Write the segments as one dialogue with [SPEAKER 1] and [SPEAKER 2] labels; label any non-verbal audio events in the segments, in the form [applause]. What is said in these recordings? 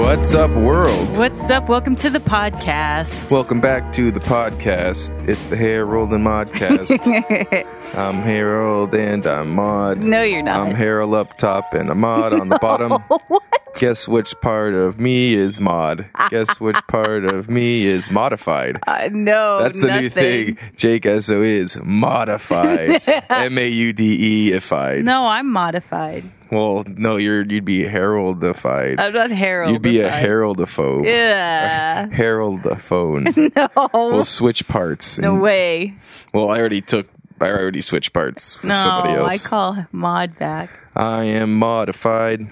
[SPEAKER 1] What's up, world?
[SPEAKER 2] What's up? Welcome to the podcast. [laughs]
[SPEAKER 1] Welcome back to the podcast. It's the Harold and
[SPEAKER 2] [laughs]
[SPEAKER 1] Modcast. I'm Harold and I'm Mod.
[SPEAKER 2] no, you're not.
[SPEAKER 1] I'm Harold up top and I'm Mod
[SPEAKER 2] [laughs]
[SPEAKER 1] on the bottom.
[SPEAKER 2] what?
[SPEAKER 1] Guess which part of me is Mod? Guess
[SPEAKER 2] [laughs]
[SPEAKER 1] which part of me is modified?
[SPEAKER 2] Uh, no,
[SPEAKER 1] That's the
[SPEAKER 2] nothing.
[SPEAKER 1] new thing. Jake SO is
[SPEAKER 2] [laughs]
[SPEAKER 1] modified. M A U D E ified.
[SPEAKER 2] No, I'm modified.
[SPEAKER 1] Well, no, you're you'd be Haroldified.
[SPEAKER 2] I'm not Harold.
[SPEAKER 1] you'd be a Haroldophobe.
[SPEAKER 2] Oh, Yeah. [laughs]
[SPEAKER 1] Harold the phone.
[SPEAKER 2] No,
[SPEAKER 1] we'll switch parts.
[SPEAKER 2] no
[SPEAKER 1] and-
[SPEAKER 2] way.
[SPEAKER 1] Well, I already took. I already switched parts with
[SPEAKER 2] No,
[SPEAKER 1] somebody
[SPEAKER 2] I
[SPEAKER 1] else.
[SPEAKER 2] call Mod back.
[SPEAKER 1] I am modified.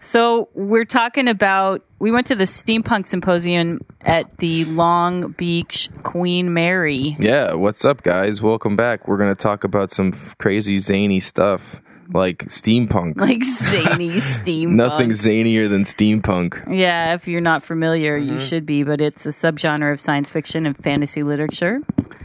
[SPEAKER 2] So we're talking about. We went to the steampunk symposium at the Long Beach Queen Mary. [laughs]
[SPEAKER 1] Yeah. What's up, guys? Welcome back. We're gonna talk about some f- crazy zany stuff like steampunk.
[SPEAKER 2] [laughs]
[SPEAKER 1] [laughs]
[SPEAKER 2] Like zany steampunk.
[SPEAKER 1] Nothing zanier than steampunk.
[SPEAKER 2] Yeah, if you're not familiar, you should be, but it's a subgenre of science fiction and fantasy literature.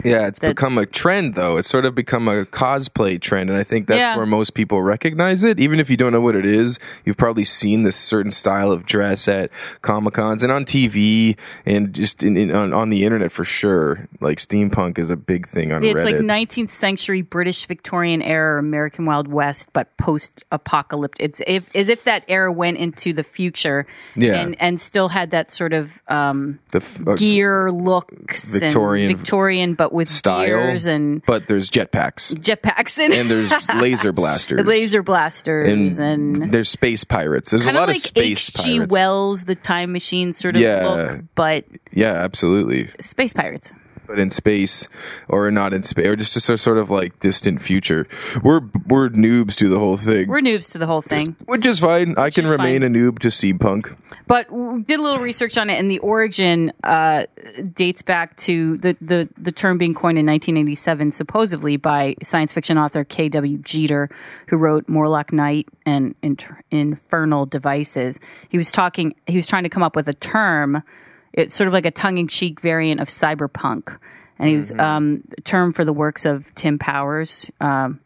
[SPEAKER 1] Yeah, it's become a trend though. It's sort of become a cosplay trend, and I think that's
[SPEAKER 2] Yeah.
[SPEAKER 1] where most people recognize it. Even if you don't know what it is, you've probably seen this certain style of dress at comic cons and on TV and just in, in, on, on the internet for sure. Like steampunk is a big thing on
[SPEAKER 2] It's
[SPEAKER 1] Reddit.
[SPEAKER 2] like 19th century British Victorian era American Wild West, but post apocalyptic. It's if, as if that era went into the future
[SPEAKER 1] Yeah.
[SPEAKER 2] and, and still had that sort of um,
[SPEAKER 1] the f- uh,
[SPEAKER 2] gear looks
[SPEAKER 1] Victorian
[SPEAKER 2] and Victorian, but with
[SPEAKER 1] style,
[SPEAKER 2] gears and
[SPEAKER 1] but there's jetpacks
[SPEAKER 2] jetpacks and, [laughs]
[SPEAKER 1] and there's laser blasters,
[SPEAKER 2] laser blasters and.
[SPEAKER 1] there's space pirates. There's a
[SPEAKER 2] Kind
[SPEAKER 1] lot
[SPEAKER 2] of like
[SPEAKER 1] of space
[SPEAKER 2] H.G.
[SPEAKER 1] pirates.
[SPEAKER 2] Wells, the time machine sort of
[SPEAKER 1] Yeah.
[SPEAKER 2] look, but
[SPEAKER 1] yeah, absolutely.
[SPEAKER 2] space pirates.
[SPEAKER 1] but in space or not in space or just just a sort of like distant future. We're we're noobs to the whole thing,
[SPEAKER 2] We're noobs to the whole thing.
[SPEAKER 1] which is fine. I can
[SPEAKER 2] is
[SPEAKER 1] remain a noob to steampunk.
[SPEAKER 2] but w- did a little research on it, and the origin uh, dates back to the, the, the term being coined in 1987, supposedly by science fiction author K.W. Jeter, who wrote Morlock Knight and Inter- Infernal Devices. He was talking, he was trying to come up with a term, it's sort of like a tongue in cheek variant of cyberpunk. And he was
[SPEAKER 1] Mm-hmm.
[SPEAKER 2] um, term for the works of Tim Powers. Um,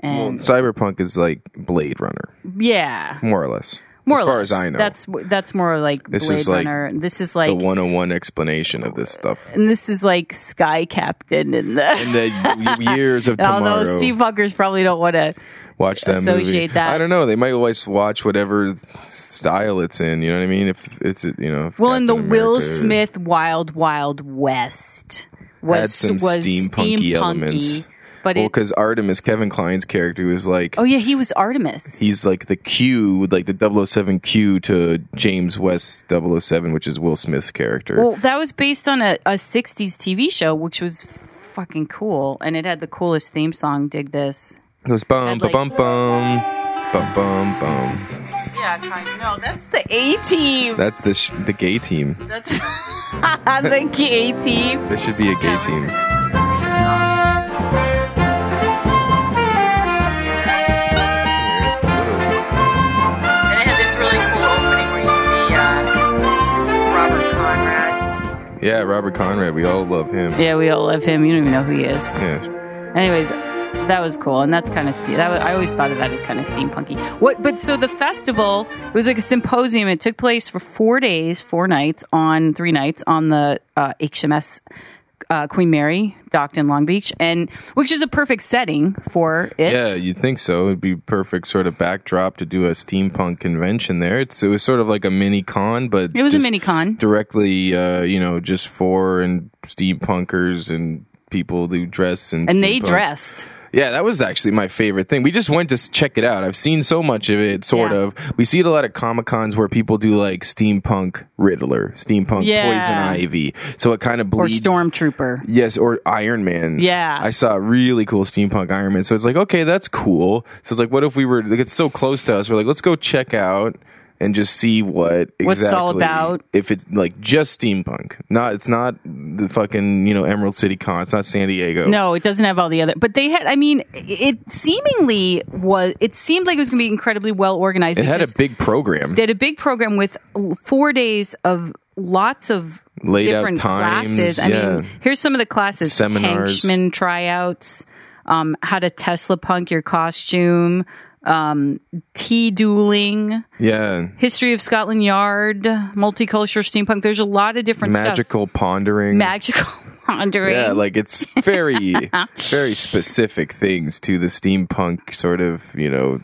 [SPEAKER 1] Well,
[SPEAKER 2] and
[SPEAKER 1] cyberpunk is like Blade Runner,
[SPEAKER 2] yeah,
[SPEAKER 1] more or less.
[SPEAKER 2] more
[SPEAKER 1] as
[SPEAKER 2] or
[SPEAKER 1] far as
[SPEAKER 2] less.
[SPEAKER 1] I know,
[SPEAKER 2] That's w- that's more like
[SPEAKER 1] This
[SPEAKER 2] Blade
[SPEAKER 1] is like
[SPEAKER 2] Runner. This is like
[SPEAKER 1] the 101 explanation of this
[SPEAKER 2] [laughs]
[SPEAKER 1] stuff.
[SPEAKER 2] and this is like Sky Captain and the. [laughs]
[SPEAKER 1] In the years of tomorrow,
[SPEAKER 2] Although Steve Bunkers probably don't want to.
[SPEAKER 1] watch that movie.
[SPEAKER 2] associate that.
[SPEAKER 1] I don't know. They might always watch whatever style it's in. You know what I mean? If it's you know, if
[SPEAKER 2] Well, in the
[SPEAKER 1] Captain
[SPEAKER 2] Will
[SPEAKER 1] America-
[SPEAKER 2] Smith Wild Wild West was
[SPEAKER 1] Had some
[SPEAKER 2] was
[SPEAKER 1] steampunky
[SPEAKER 2] steampunky,
[SPEAKER 1] elements.
[SPEAKER 2] but
[SPEAKER 1] Well,
[SPEAKER 2] it,
[SPEAKER 1] because Artemis, Kevin Klein's character, was like,
[SPEAKER 2] oh yeah, he was Artemis.
[SPEAKER 1] he's like the Q, like the 007 Q to James West 007, which is Will Smith's character.
[SPEAKER 2] Well, that was based on a, a '60s TV show, which was fucking cool, and it had the coolest theme song. Dig this.
[SPEAKER 1] it goes bum,
[SPEAKER 2] I'd like-
[SPEAKER 1] bum, bum, bum, bum, bum, bum.
[SPEAKER 2] Yeah, kind of. No, that's the A team.
[SPEAKER 1] That's the sh- the gay team.
[SPEAKER 2] That's [laughs] the K team.
[SPEAKER 1] There should be a gay team.
[SPEAKER 2] And it had this really cool opening where you see uh, Robert Conrad.
[SPEAKER 1] Yeah, Robert Conrad. We all love him.
[SPEAKER 2] Yeah, we all love him. You don't even know who he is.
[SPEAKER 1] Yeah.
[SPEAKER 2] Anyways, that was cool, and that's kind of ste- that. Was, I always thought of that as kind of steampunky. What? But so the festival it was like a symposium. It took place for four days, four nights on three nights on the uh, HMS. Uh, Queen Mary docked in Long Beach, and which is a perfect setting for
[SPEAKER 1] [laughs]
[SPEAKER 2] it.
[SPEAKER 1] Yeah, you'd think so. It'd be perfect sort of backdrop to do a steampunk convention there. It's it was sort of like a mini con, but
[SPEAKER 2] It was a
[SPEAKER 1] just-
[SPEAKER 2] mini con.
[SPEAKER 1] directly, uh, you know, just for and steampunkers and people who dress and
[SPEAKER 2] and they
[SPEAKER 1] steampunk.
[SPEAKER 2] dressed.
[SPEAKER 1] Yeah, that was actually my favorite thing. We just went to s- check it out. I've seen so much of it, sort
[SPEAKER 2] Yeah.
[SPEAKER 1] of. We see it a lot at comic cons where people do like steampunk Riddler, steampunk
[SPEAKER 2] Yeah.
[SPEAKER 1] Poison Ivy. So it kind of
[SPEAKER 2] Or
[SPEAKER 1] bleeds.
[SPEAKER 2] Stormtrooper.
[SPEAKER 1] Yes, or Iron Man.
[SPEAKER 2] Yeah.
[SPEAKER 1] I saw a really cool steampunk Iron Man. So it's like, okay, that's cool. So it's like, what if we were, like, it's so close to us. We're like, let's go check out and just see what
[SPEAKER 2] What's
[SPEAKER 1] exactly,
[SPEAKER 2] all about.
[SPEAKER 1] If it's like just steampunk, not, it's not the fucking, you know, Emerald City Con. It's not San Diego.
[SPEAKER 2] No, it doesn't have all the other. But they had. I mean, it seemingly was. It seemed like it was going to be incredibly well organized.
[SPEAKER 1] It had a
[SPEAKER 2] because
[SPEAKER 1] big program.
[SPEAKER 2] They had a big program with four days of lots of
[SPEAKER 1] Laid out
[SPEAKER 2] different
[SPEAKER 1] times,
[SPEAKER 2] classes. I
[SPEAKER 1] yeah.
[SPEAKER 2] mean, here's some of the classes:
[SPEAKER 1] Seminars.
[SPEAKER 2] henchman tryouts, um, how to Tesla punk your costume, um, tea dueling,
[SPEAKER 1] Yeah.
[SPEAKER 2] history of Scotland Yard, multicultural steampunk. There's a lot of different stuff.
[SPEAKER 1] Magical pondering.
[SPEAKER 2] Magical [laughs] pondering.
[SPEAKER 1] Yeah, like
[SPEAKER 2] [laughs]
[SPEAKER 1] it's very, very specific things to the steampunk sort of, you know,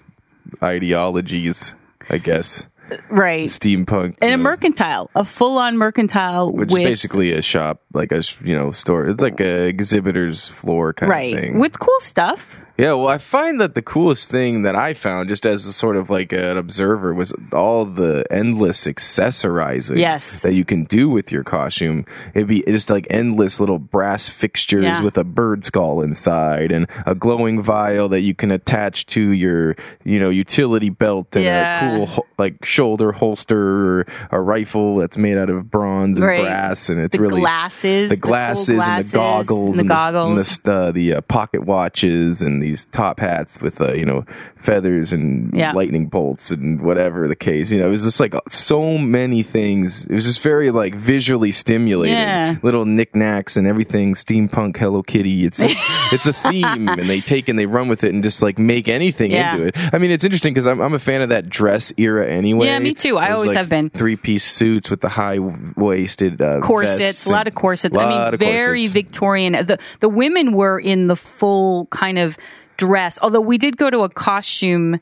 [SPEAKER 1] ideologies, I guess.
[SPEAKER 2] right.
[SPEAKER 1] Steampunk.
[SPEAKER 2] and
[SPEAKER 1] you
[SPEAKER 2] a
[SPEAKER 1] know,
[SPEAKER 2] mercantile, a full-on mercantile
[SPEAKER 1] Which
[SPEAKER 2] with
[SPEAKER 1] is basically a shop, like a, sh- you know, store. It's like a exhibitor's floor kind of
[SPEAKER 2] right
[SPEAKER 1] thing.
[SPEAKER 2] with cool stuff.
[SPEAKER 1] Yeah, well, I find that the coolest thing that I found, just as a sort of like an observer, was all the endless accessorizing
[SPEAKER 2] Yes.
[SPEAKER 1] that you can do with your costume. It'd be just like endless little brass fixtures
[SPEAKER 2] Yeah.
[SPEAKER 1] with a bird skull inside and a glowing vial that you can attach to your, you know, utility belt and
[SPEAKER 2] Yeah.
[SPEAKER 1] a cool ho- like shoulder holster or a rifle that's made out of bronze and
[SPEAKER 2] Right.
[SPEAKER 1] brass, and it's
[SPEAKER 2] The
[SPEAKER 1] really
[SPEAKER 2] glasses,
[SPEAKER 1] the
[SPEAKER 2] cool
[SPEAKER 1] glasses, and the
[SPEAKER 2] glasses
[SPEAKER 1] goggles
[SPEAKER 2] and the goggles.
[SPEAKER 1] and the, s- uh, the uh, pocket watches and these top hats with uh, you know feathers and
[SPEAKER 2] Yeah.
[SPEAKER 1] lightning bolts and whatever the case you know it was just like uh, so many things it was just very like visually stimulating
[SPEAKER 2] Yeah.
[SPEAKER 1] little knickknacks and everything steampunk hello kitty it's
[SPEAKER 2] [laughs]
[SPEAKER 1] it's a theme and they take and they run with it and just like make anything
[SPEAKER 2] Yeah.
[SPEAKER 1] into it i mean it's interesting because I'm, I'm a fan of that dress era anyway
[SPEAKER 2] Yeah, me too. I
[SPEAKER 1] Those,
[SPEAKER 2] always
[SPEAKER 1] like,
[SPEAKER 2] have been.
[SPEAKER 1] three-piece suits with the high-waisted uh,
[SPEAKER 2] corsets, a lot of corsets. I
[SPEAKER 1] Lot
[SPEAKER 2] mean,
[SPEAKER 1] of
[SPEAKER 2] very
[SPEAKER 1] corsets.
[SPEAKER 2] Victorian. The the women were in the full kind of dress. Although we did go to a costume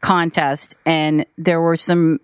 [SPEAKER 2] contest, and there were some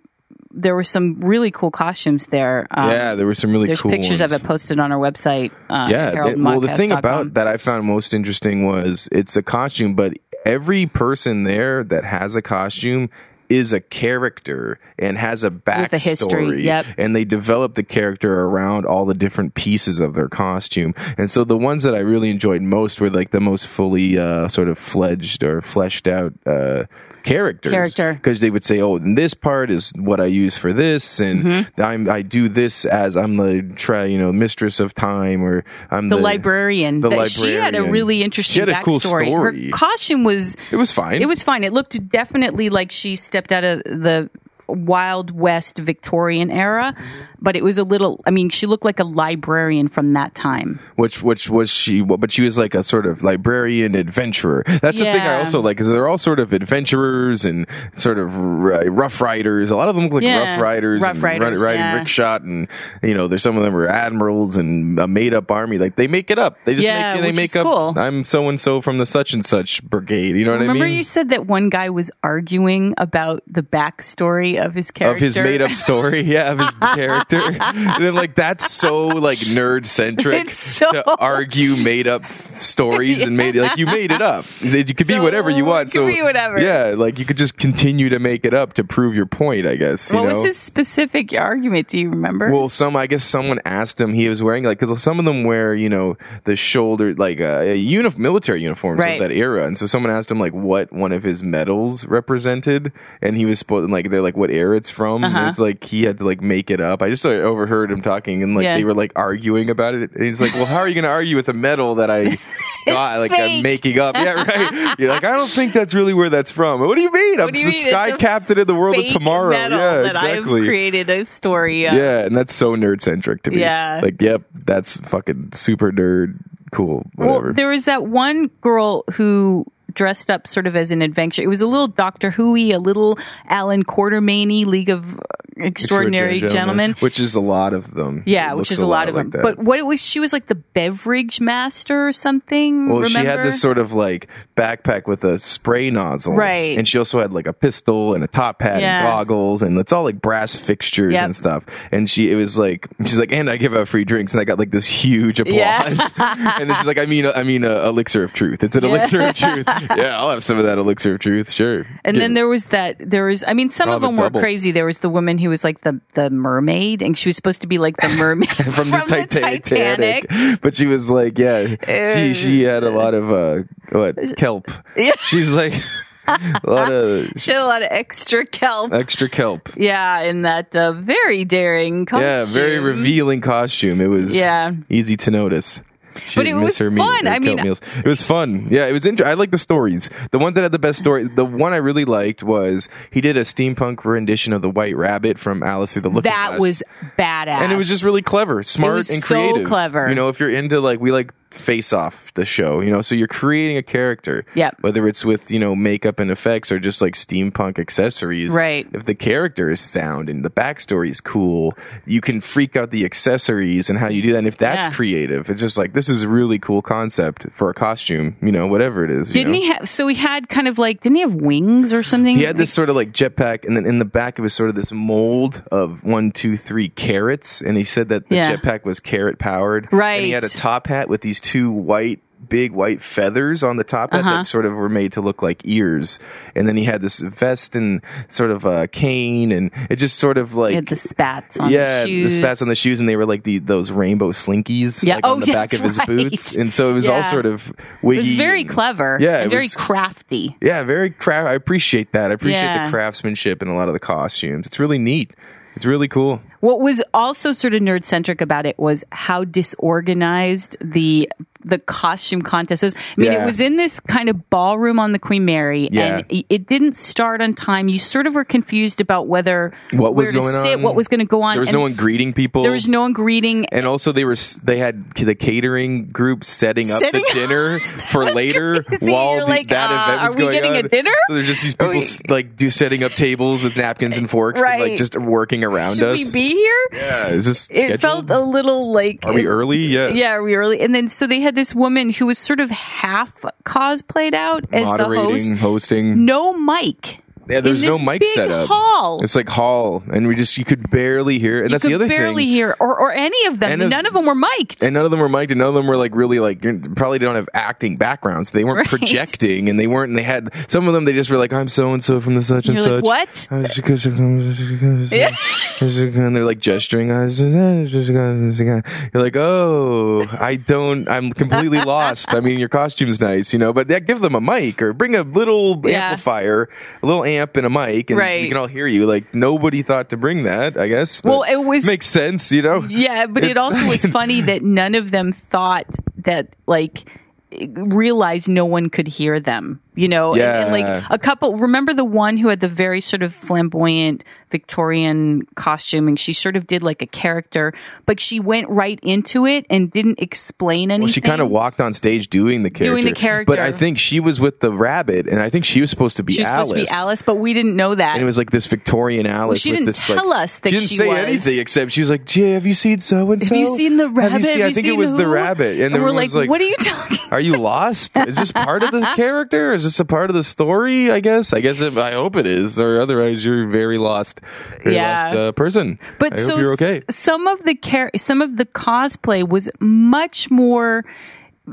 [SPEAKER 2] there were some really cool costumes there. Um,
[SPEAKER 1] yeah, there were some really
[SPEAKER 2] there's
[SPEAKER 1] cool
[SPEAKER 2] pictures
[SPEAKER 1] ones.
[SPEAKER 2] of it posted on our website. Uh,
[SPEAKER 1] Yeah, it- well, the thing
[SPEAKER 2] heraldmodcast.com.
[SPEAKER 1] about that I found most interesting was it's a costume, but every person there that has a costume is a character and has a backstory,
[SPEAKER 2] history, yep.
[SPEAKER 1] and they develop the character around all the different pieces of their costume. And so the ones that I really enjoyed most were like the most fully uh, sort of fledged or fleshed out uh, characters.
[SPEAKER 2] Character.
[SPEAKER 1] because they would say, "Oh, and this part is what I use for this, and
[SPEAKER 2] Mm-hmm.
[SPEAKER 1] I'm I do this as I'm the try you know mistress of time, or I'm the,
[SPEAKER 2] the, librarian.
[SPEAKER 1] the
[SPEAKER 2] that She had a
[SPEAKER 1] librarian.
[SPEAKER 2] really interesting
[SPEAKER 1] She had a cool
[SPEAKER 2] backstory.
[SPEAKER 1] story.
[SPEAKER 2] Her costume was
[SPEAKER 1] It was fine.
[SPEAKER 2] it was fine. It looked definitely like she stepped out of the Wild West Victorian era, but it was a little. I mean, she looked like a librarian from that time.
[SPEAKER 1] which which was she but she was like a sort of librarian adventurer that's the thing i
[SPEAKER 2] Yeah.
[SPEAKER 1] also like is they're all sort of adventurers and sort of r- uh, rough riders a lot of them look like
[SPEAKER 2] Yeah.
[SPEAKER 1] rough riders
[SPEAKER 2] Rough
[SPEAKER 1] and
[SPEAKER 2] riders,
[SPEAKER 1] riding
[SPEAKER 2] yeah.
[SPEAKER 1] rickshot and you know there's some of them are admirals and a made-up army like they make it up they just
[SPEAKER 2] Yeah,
[SPEAKER 1] make, they
[SPEAKER 2] which
[SPEAKER 1] make
[SPEAKER 2] is
[SPEAKER 1] up
[SPEAKER 2] cool.
[SPEAKER 1] i'm so and so from the such and such brigade you know what
[SPEAKER 2] Remember,
[SPEAKER 1] i mean
[SPEAKER 2] you said that one guy was arguing about the backstory of his character
[SPEAKER 1] of his made up story, yeah,
[SPEAKER 2] [laughs]
[SPEAKER 1] of his character. And then like that's so like nerd centric
[SPEAKER 2] It's so-
[SPEAKER 1] to argue made up stories and made like you made it up. You said You could be
[SPEAKER 2] So,
[SPEAKER 1] whatever you want.
[SPEAKER 2] it
[SPEAKER 1] so
[SPEAKER 2] could be whatever.
[SPEAKER 1] Yeah, like you could just continue to make it up to prove your point, I guess. You
[SPEAKER 2] [laughs] What
[SPEAKER 1] know?
[SPEAKER 2] was his specific argument? Do you remember?
[SPEAKER 1] Well, some I guess someone asked him he was wearing like because some of them wear you know the shoulder like uh, uni- military uniforms
[SPEAKER 2] Right.
[SPEAKER 1] of that era, and so someone asked him like what one of his medals represented, and he was supposed like they're like what era it's from,
[SPEAKER 2] Uh-huh.
[SPEAKER 1] and it's like he had to like make it up. I just uh, overheard him talking and like
[SPEAKER 2] Yeah.
[SPEAKER 1] they were like arguing about it, and he's like, well, how are you going to argue with a medal that
[SPEAKER 2] [laughs]
[SPEAKER 1] I got like I'm
[SPEAKER 2] fake.
[SPEAKER 1] making up? Yeah, right. You're like I don't think that's really where that's from. What do you mean? I'm
[SPEAKER 2] do you
[SPEAKER 1] the
[SPEAKER 2] mean? It's
[SPEAKER 1] sky
[SPEAKER 2] a
[SPEAKER 1] captain of the world of
[SPEAKER 2] Fake
[SPEAKER 1] tomorrow.
[SPEAKER 2] metal
[SPEAKER 1] yeah,
[SPEAKER 2] that
[SPEAKER 1] exactly.
[SPEAKER 2] I've created a story. Of.
[SPEAKER 1] Yeah, and that's so nerd centric to me.
[SPEAKER 2] Yeah.
[SPEAKER 1] Like, yep, that's fucking super nerd, cool, whatever.
[SPEAKER 2] Well, there was that one girl who dressed up sort of as an adventure. It was a little Doctor Who-y, a little Alan Quartermainy, League of uh, Extraordinary Gentlemen.
[SPEAKER 1] Which is a lot of them.
[SPEAKER 2] Yeah,
[SPEAKER 1] It
[SPEAKER 2] which
[SPEAKER 1] looks
[SPEAKER 2] is a lot of them.
[SPEAKER 1] like that.
[SPEAKER 2] but what it was, she was like the beverage master or something.
[SPEAKER 1] well,
[SPEAKER 2] remember?
[SPEAKER 1] she had this sort of like backpack with a spray nozzle,
[SPEAKER 2] Right.
[SPEAKER 1] And she also had like a pistol and a top hat
[SPEAKER 2] Yeah.
[SPEAKER 1] and goggles, and it's all like brass fixtures
[SPEAKER 2] Yep.
[SPEAKER 1] and stuff. And she, it was like she's like, and I give out free drinks, and I got like this huge applause. [laughs]
[SPEAKER 2] Yeah.
[SPEAKER 1] and then she's like, I mean, I mean, uh, elixir of truth. It's an elixir of
[SPEAKER 2] [laughs]
[SPEAKER 1] truth. Yeah, I'll have some of that elixir of truth, sure.
[SPEAKER 2] and
[SPEAKER 1] Yeah.
[SPEAKER 2] then there was that. There was, I mean, some of
[SPEAKER 1] Robin
[SPEAKER 2] them were
[SPEAKER 1] Double.
[SPEAKER 2] crazy. There was the woman who was like the the mermaid, and she was supposed to be like
[SPEAKER 1] [laughs]
[SPEAKER 2] the mermaid
[SPEAKER 1] from, the, Titan- Titanic. But she was like, yeah, she she had a lot of uh, what kelp.
[SPEAKER 2] Yeah.
[SPEAKER 1] She's like [laughs] a lot of
[SPEAKER 2] She had a lot of extra kelp.
[SPEAKER 1] extra kelp.
[SPEAKER 2] Yeah, in that uh, very daring costume.
[SPEAKER 1] Yeah, very revealing costume. It was
[SPEAKER 2] Oh, Yeah.
[SPEAKER 1] easy to notice. She
[SPEAKER 2] But
[SPEAKER 1] didn't
[SPEAKER 2] it
[SPEAKER 1] miss
[SPEAKER 2] was
[SPEAKER 1] her meal-
[SPEAKER 2] fun.
[SPEAKER 1] her
[SPEAKER 2] I mean-
[SPEAKER 1] kelp meals. it was fun. Yeah, it was. Inter- I like the stories. The one that had the best story. The one I really liked was he did a steampunk rendition of the White Rabbit from Alice Through the Looking Glass.
[SPEAKER 2] That was badass.
[SPEAKER 1] and it was just really clever, smart,
[SPEAKER 2] was
[SPEAKER 1] and
[SPEAKER 2] so
[SPEAKER 1] creative.
[SPEAKER 2] clever.
[SPEAKER 1] You know, if you're into like we like face off the show, you know. So you're creating a character.
[SPEAKER 2] Yep.
[SPEAKER 1] Whether it's with, you know, makeup and effects or just like steampunk accessories.
[SPEAKER 2] Right.
[SPEAKER 1] If the character is sound and the backstory is cool, you can freak out the accessories and how you do that. And if that's
[SPEAKER 2] Yeah.
[SPEAKER 1] creative, it's just like this is a really cool concept for a costume, you know, whatever it is. you
[SPEAKER 2] Didn't
[SPEAKER 1] know?
[SPEAKER 2] he have? So he had kind of like, didn't he have wings or something?
[SPEAKER 1] He had this sort of like jetpack, and then in the back it was sort of this mold of one, two, three carrots. And he said that the
[SPEAKER 2] Yeah.
[SPEAKER 1] jetpack was carrot powered. And he had a
[SPEAKER 2] Right.
[SPEAKER 1] top hat with these two white, big white feathers on the top hat
[SPEAKER 2] Uh-huh.
[SPEAKER 1] that sort of were made to look like ears. And then he had this vest and sort of a cane, and it just sort of like.
[SPEAKER 2] He had the spats on
[SPEAKER 1] yeah,
[SPEAKER 2] the shoes.
[SPEAKER 1] spats on the shoes, and they were like the those rainbow slinkies,
[SPEAKER 2] Yeah.
[SPEAKER 1] like
[SPEAKER 2] Oh,
[SPEAKER 1] on
[SPEAKER 2] [laughs]
[SPEAKER 1] the back
[SPEAKER 2] that's
[SPEAKER 1] of his
[SPEAKER 2] right.
[SPEAKER 1] boots, and so it was all
[SPEAKER 2] Yeah.
[SPEAKER 1] sort of
[SPEAKER 2] It
[SPEAKER 1] wiggy.
[SPEAKER 2] was very
[SPEAKER 1] and-
[SPEAKER 2] clever.
[SPEAKER 1] Yeah,
[SPEAKER 2] and
[SPEAKER 1] it
[SPEAKER 2] very
[SPEAKER 1] was-
[SPEAKER 2] crafty.
[SPEAKER 1] yeah, very craft. I appreciate that. I appreciate
[SPEAKER 2] Yeah.
[SPEAKER 1] the craftsmanship and a lot of the costumes. It's really neat. It's really cool.
[SPEAKER 2] What was also sort of nerd centric about it was how disorganized the the costume contest was. I mean,
[SPEAKER 1] Yeah.
[SPEAKER 2] it was in this kind of ballroom on the Queen Mary,
[SPEAKER 1] Yeah.
[SPEAKER 2] and i- it didn't start on time. You sort of were confused about whether
[SPEAKER 1] What was
[SPEAKER 2] where
[SPEAKER 1] going
[SPEAKER 2] to sit,
[SPEAKER 1] on.
[SPEAKER 2] what was going to go on.
[SPEAKER 1] There was
[SPEAKER 2] and
[SPEAKER 1] no one greeting people.
[SPEAKER 2] There was no one greeting.
[SPEAKER 1] and also they were s- they had c- the catering group setting up
[SPEAKER 2] Setting [laughs]
[SPEAKER 1] the
[SPEAKER 2] up-
[SPEAKER 1] dinner for later
[SPEAKER 2] crazy.
[SPEAKER 1] while
[SPEAKER 2] You're
[SPEAKER 1] the-
[SPEAKER 2] like,
[SPEAKER 1] that
[SPEAKER 2] uh,
[SPEAKER 1] event was
[SPEAKER 2] are we
[SPEAKER 1] going
[SPEAKER 2] getting a
[SPEAKER 1] on.
[SPEAKER 2] dinner?
[SPEAKER 1] So there's just these
[SPEAKER 2] Are
[SPEAKER 1] people
[SPEAKER 2] we-
[SPEAKER 1] s- like do setting up tables with napkins and forks, and, like
[SPEAKER 2] Right.
[SPEAKER 1] just working around
[SPEAKER 2] Should
[SPEAKER 1] us.
[SPEAKER 2] we be here?
[SPEAKER 1] yeah, is this
[SPEAKER 2] It
[SPEAKER 1] scheduled?
[SPEAKER 2] felt a little like
[SPEAKER 1] Are we early? Yeah.
[SPEAKER 2] Yeah, are we early? And then so they had this woman who was sort of half cosplayed out as the host.
[SPEAKER 1] Moderating, hosting.
[SPEAKER 2] No mic.
[SPEAKER 1] Yeah, there's
[SPEAKER 2] in
[SPEAKER 1] no
[SPEAKER 2] this
[SPEAKER 1] mic
[SPEAKER 2] big
[SPEAKER 1] set up.
[SPEAKER 2] hall.
[SPEAKER 1] It's like hall, and we just you could barely hear. And that's
[SPEAKER 2] you
[SPEAKER 1] the
[SPEAKER 2] could
[SPEAKER 1] other
[SPEAKER 2] barely
[SPEAKER 1] thing.
[SPEAKER 2] hear or, or any of them.
[SPEAKER 1] And of-
[SPEAKER 2] None of them were mic'd.
[SPEAKER 1] and none of them were mic'd and none of them were like really like you probably don't have acting backgrounds they weren't
[SPEAKER 2] [laughs] Right.
[SPEAKER 1] projecting and they weren't and they had some of them they just were like i'm so and so from the such and
[SPEAKER 2] You're like,
[SPEAKER 1] such
[SPEAKER 2] what? Yeah.
[SPEAKER 1] and they're like gesturing you're like oh i don't i'm completely lost i mean your costume's nice you know but yeah, give them a mic or bring a little
[SPEAKER 2] Yeah.
[SPEAKER 1] amplifier a little amp and a mic and
[SPEAKER 2] Right.
[SPEAKER 1] we can all hear you like nobody thought to bring that i guess but
[SPEAKER 2] Well, it was-
[SPEAKER 1] makes sense you know
[SPEAKER 2] Yeah, but it
[SPEAKER 1] It's-
[SPEAKER 2] also was funny that none of them thought that like realized no one could hear them. You know, And- and,
[SPEAKER 1] Yeah.
[SPEAKER 2] like a couple. Remember the one who had the very sort of flamboyant Victorian costume, and she sort of did like a character, but she went right into it and didn't explain anything.
[SPEAKER 1] Well, she kind of walked on stage doing the character.
[SPEAKER 2] Doing the character.
[SPEAKER 1] But I think she was with the rabbit, and I think she was supposed to be
[SPEAKER 2] She was
[SPEAKER 1] Alice.
[SPEAKER 2] supposed to be Alice, but we didn't know that.
[SPEAKER 1] And it was like this Victorian Alice.
[SPEAKER 2] she
[SPEAKER 1] with
[SPEAKER 2] didn't
[SPEAKER 1] this, like-
[SPEAKER 2] tell us that
[SPEAKER 1] she didn't
[SPEAKER 2] she
[SPEAKER 1] say
[SPEAKER 2] was.
[SPEAKER 1] anything except she was like, "Gee, have you seen so and so?
[SPEAKER 2] Have you seen the rabbit?
[SPEAKER 1] Have you seen,
[SPEAKER 2] Have
[SPEAKER 1] I
[SPEAKER 2] you
[SPEAKER 1] think
[SPEAKER 2] seen
[SPEAKER 1] it was the
[SPEAKER 2] who?"
[SPEAKER 1] rabbit. And,
[SPEAKER 2] And
[SPEAKER 1] then
[SPEAKER 2] we're
[SPEAKER 1] was
[SPEAKER 2] like,
[SPEAKER 1] like,
[SPEAKER 2] "What are you [laughs] talking?"
[SPEAKER 1] Are you lost? Is this part of the
[SPEAKER 2] [laughs]
[SPEAKER 1] character? Is this a part of the story? I guess. I guess. It, I hope it is, or otherwise you're a very lost, very
[SPEAKER 2] Yeah.
[SPEAKER 1] lost uh, person.
[SPEAKER 2] But
[SPEAKER 1] I
[SPEAKER 2] so
[SPEAKER 1] hope you're okay.
[SPEAKER 2] s- some of the char- some of the cosplay was much more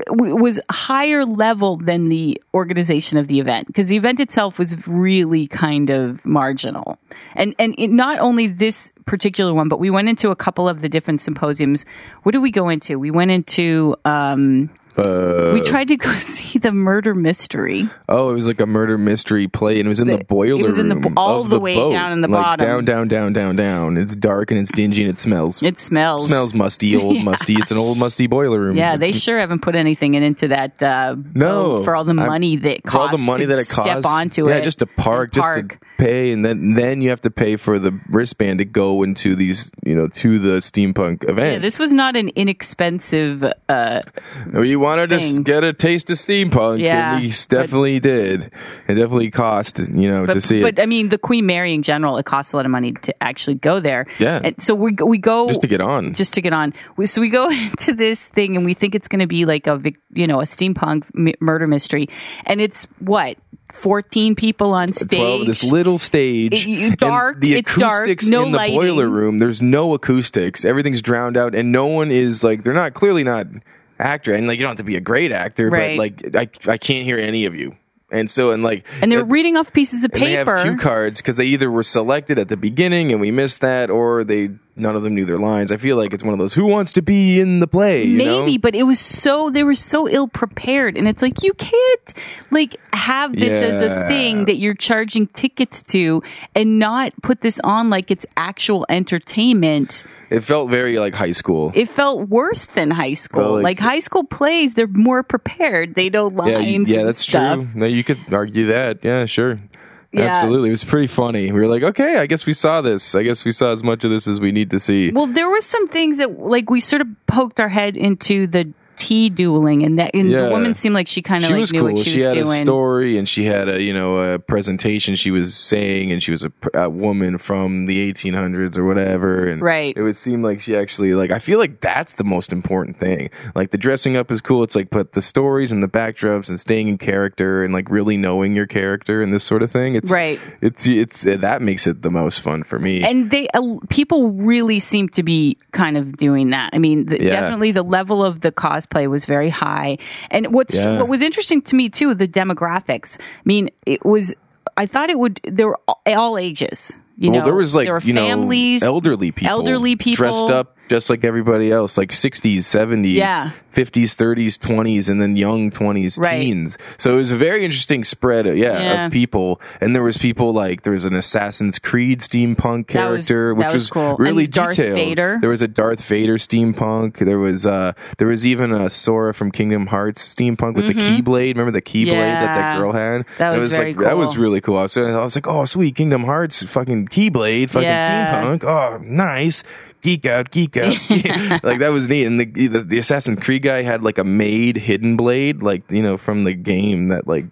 [SPEAKER 2] w- was higher level than the organization of the event because the event itself was really kind of marginal. And and it, not only this particular one, but we went into a couple of the different symposiums. What did we go into? We went into um we tried to go [laughs] see the murder mystery.
[SPEAKER 1] Uh, Oh, it was like a murder mystery play, and it was in the, boiler
[SPEAKER 2] it was in the bo-
[SPEAKER 1] room
[SPEAKER 2] all
[SPEAKER 1] of
[SPEAKER 2] the way
[SPEAKER 1] boat.
[SPEAKER 2] down in the
[SPEAKER 1] Like,
[SPEAKER 2] bottom.
[SPEAKER 1] Down, down, down, down, down. It's dark and it's dingy and it smells.
[SPEAKER 2] It smells
[SPEAKER 1] smells
[SPEAKER 2] [laughs]
[SPEAKER 1] musty, old musty. It's an old musty boiler room.
[SPEAKER 2] Yeah,
[SPEAKER 1] It's
[SPEAKER 2] they sure haven't put anything in into that. Uh,
[SPEAKER 1] No.
[SPEAKER 2] boat for all the
[SPEAKER 1] I'm-
[SPEAKER 2] money that costs
[SPEAKER 1] for all the money
[SPEAKER 2] to
[SPEAKER 1] that it costs.
[SPEAKER 2] step onto
[SPEAKER 1] yeah,
[SPEAKER 2] it.
[SPEAKER 1] just to park, just to
[SPEAKER 2] park.
[SPEAKER 1] pay, and then then you have to pay for the wristband to go into these, you know, to the steampunk
[SPEAKER 2] Yeah,
[SPEAKER 1] event.
[SPEAKER 2] this was not an inexpensive. Uh,
[SPEAKER 1] Oh, you wanted to s-
[SPEAKER 2] thing.
[SPEAKER 1] get a taste of steampunk,
[SPEAKER 2] Yeah,
[SPEAKER 1] and we s-
[SPEAKER 2] but-
[SPEAKER 1] definitely did. It definitely cost, you know, to
[SPEAKER 2] but,
[SPEAKER 1] see
[SPEAKER 2] but
[SPEAKER 1] it
[SPEAKER 2] I mean, the Queen Mary in general, it costs a lot of money to actually go there.
[SPEAKER 1] Yeah.
[SPEAKER 2] and so we go- we go
[SPEAKER 1] just to get on.
[SPEAKER 2] just to get on. We, so we go [laughs] into this thing and we think it's going to be like a vic- you know a steampunk m- murder mystery, and it's what fourteen people on stage.
[SPEAKER 1] 12, this little stage.
[SPEAKER 2] It- you- dark,
[SPEAKER 1] And the
[SPEAKER 2] it's dark,
[SPEAKER 1] acoustics
[SPEAKER 2] no
[SPEAKER 1] in the
[SPEAKER 2] lighting.
[SPEAKER 1] boiler room. There's no acoustics. Everything's drowned out, and no one is like they're not clearly not actor. And like you don't have to be a great actor,
[SPEAKER 2] Right.
[SPEAKER 1] but like I I can't hear any of you. And so and like
[SPEAKER 2] and they're reading off pieces of
[SPEAKER 1] and they
[SPEAKER 2] paper.
[SPEAKER 1] have cue cards because they either were selected at the beginning and we missed that, or they none of them knew their lines. I feel like it's one of those who wants to be in the play. You
[SPEAKER 2] maybe
[SPEAKER 1] know?
[SPEAKER 2] but it was so they were so ill prepared and it's like you can't like have this as
[SPEAKER 1] Yeah.
[SPEAKER 2] a thing that you're charging tickets to and not put this on like it's actual entertainment
[SPEAKER 1] it felt very like high school.
[SPEAKER 2] it felt worse than high school
[SPEAKER 1] Well, like-
[SPEAKER 2] like, high school plays they're more prepared they know
[SPEAKER 1] yeah,
[SPEAKER 2] lines
[SPEAKER 1] you- yeah,
[SPEAKER 2] and
[SPEAKER 1] that's
[SPEAKER 2] stuff.
[SPEAKER 1] true. No, you could argue that. Yeah, sure.
[SPEAKER 2] Yeah.
[SPEAKER 1] Absolutely. It was pretty funny. We were like, okay, I guess we saw this. I guess we saw as much of this as we need to see.
[SPEAKER 2] well there were some things that like we sort of poked our head into the tea dueling, and that and
[SPEAKER 1] Yeah.
[SPEAKER 2] the woman seemed like she kind of
[SPEAKER 1] she
[SPEAKER 2] like
[SPEAKER 1] was
[SPEAKER 2] knew
[SPEAKER 1] cool.
[SPEAKER 2] what she,
[SPEAKER 1] she
[SPEAKER 2] was
[SPEAKER 1] had
[SPEAKER 2] doing.
[SPEAKER 1] a story and she had a you know a presentation she was saying, and she was a, pr- a woman from the 1800s or whatever. And
[SPEAKER 2] Right.
[SPEAKER 1] it would seem like she actually like I feel like that's the most important thing. Like the dressing up is cool. It's like but the stories and the backdrops and staying in character and like really knowing your character and this sort of thing. It's
[SPEAKER 2] Right.
[SPEAKER 1] It's it's uh, that makes it the most fun for me.
[SPEAKER 2] and they uh, people really seem to be kind of doing that. I mean, the,
[SPEAKER 1] Yeah.
[SPEAKER 2] definitely the level of the cosplay was very high. And what's
[SPEAKER 1] Yeah.
[SPEAKER 2] what was interesting to me too, the demographics. I mean, it was I thought it would there were all, all ages. You
[SPEAKER 1] well,
[SPEAKER 2] know,
[SPEAKER 1] there was like
[SPEAKER 2] there were
[SPEAKER 1] you
[SPEAKER 2] families.
[SPEAKER 1] know elderly people,
[SPEAKER 2] elderly people.
[SPEAKER 1] dressed up just like everybody else, like sixties, seventies,
[SPEAKER 2] Yeah.
[SPEAKER 1] fifties, thirties, twenties, and then young twenties,
[SPEAKER 2] Right.
[SPEAKER 1] teens. So it was a very interesting spread, of, yeah,
[SPEAKER 2] Yeah.
[SPEAKER 1] of people. And there was people like there was an Assassin's Creed steampunk
[SPEAKER 2] That was-
[SPEAKER 1] character,
[SPEAKER 2] that
[SPEAKER 1] which
[SPEAKER 2] was
[SPEAKER 1] was
[SPEAKER 2] cool.
[SPEAKER 1] really
[SPEAKER 2] And Darth
[SPEAKER 1] detailed.
[SPEAKER 2] Vader.
[SPEAKER 1] There was a Darth Vader steampunk. There was uh there was even a Sora from Kingdom Hearts steampunk with the Keyblade. Remember the Keyblade that that
[SPEAKER 2] Mm-hmm. Yeah.
[SPEAKER 1] girl had?
[SPEAKER 2] That
[SPEAKER 1] It
[SPEAKER 2] was very
[SPEAKER 1] like that was
[SPEAKER 2] cool.
[SPEAKER 1] really cool. I was, I was like, oh sweet, Kingdom Hearts, fucking Keyblade, fucking
[SPEAKER 2] Yeah.
[SPEAKER 1] steampunk. Oh nice, geek out, geek
[SPEAKER 2] [laughs]
[SPEAKER 1] out. [laughs] like that was neat. And the, the the Assassin's Creed guy had like a made hidden blade, like you know from the game that like.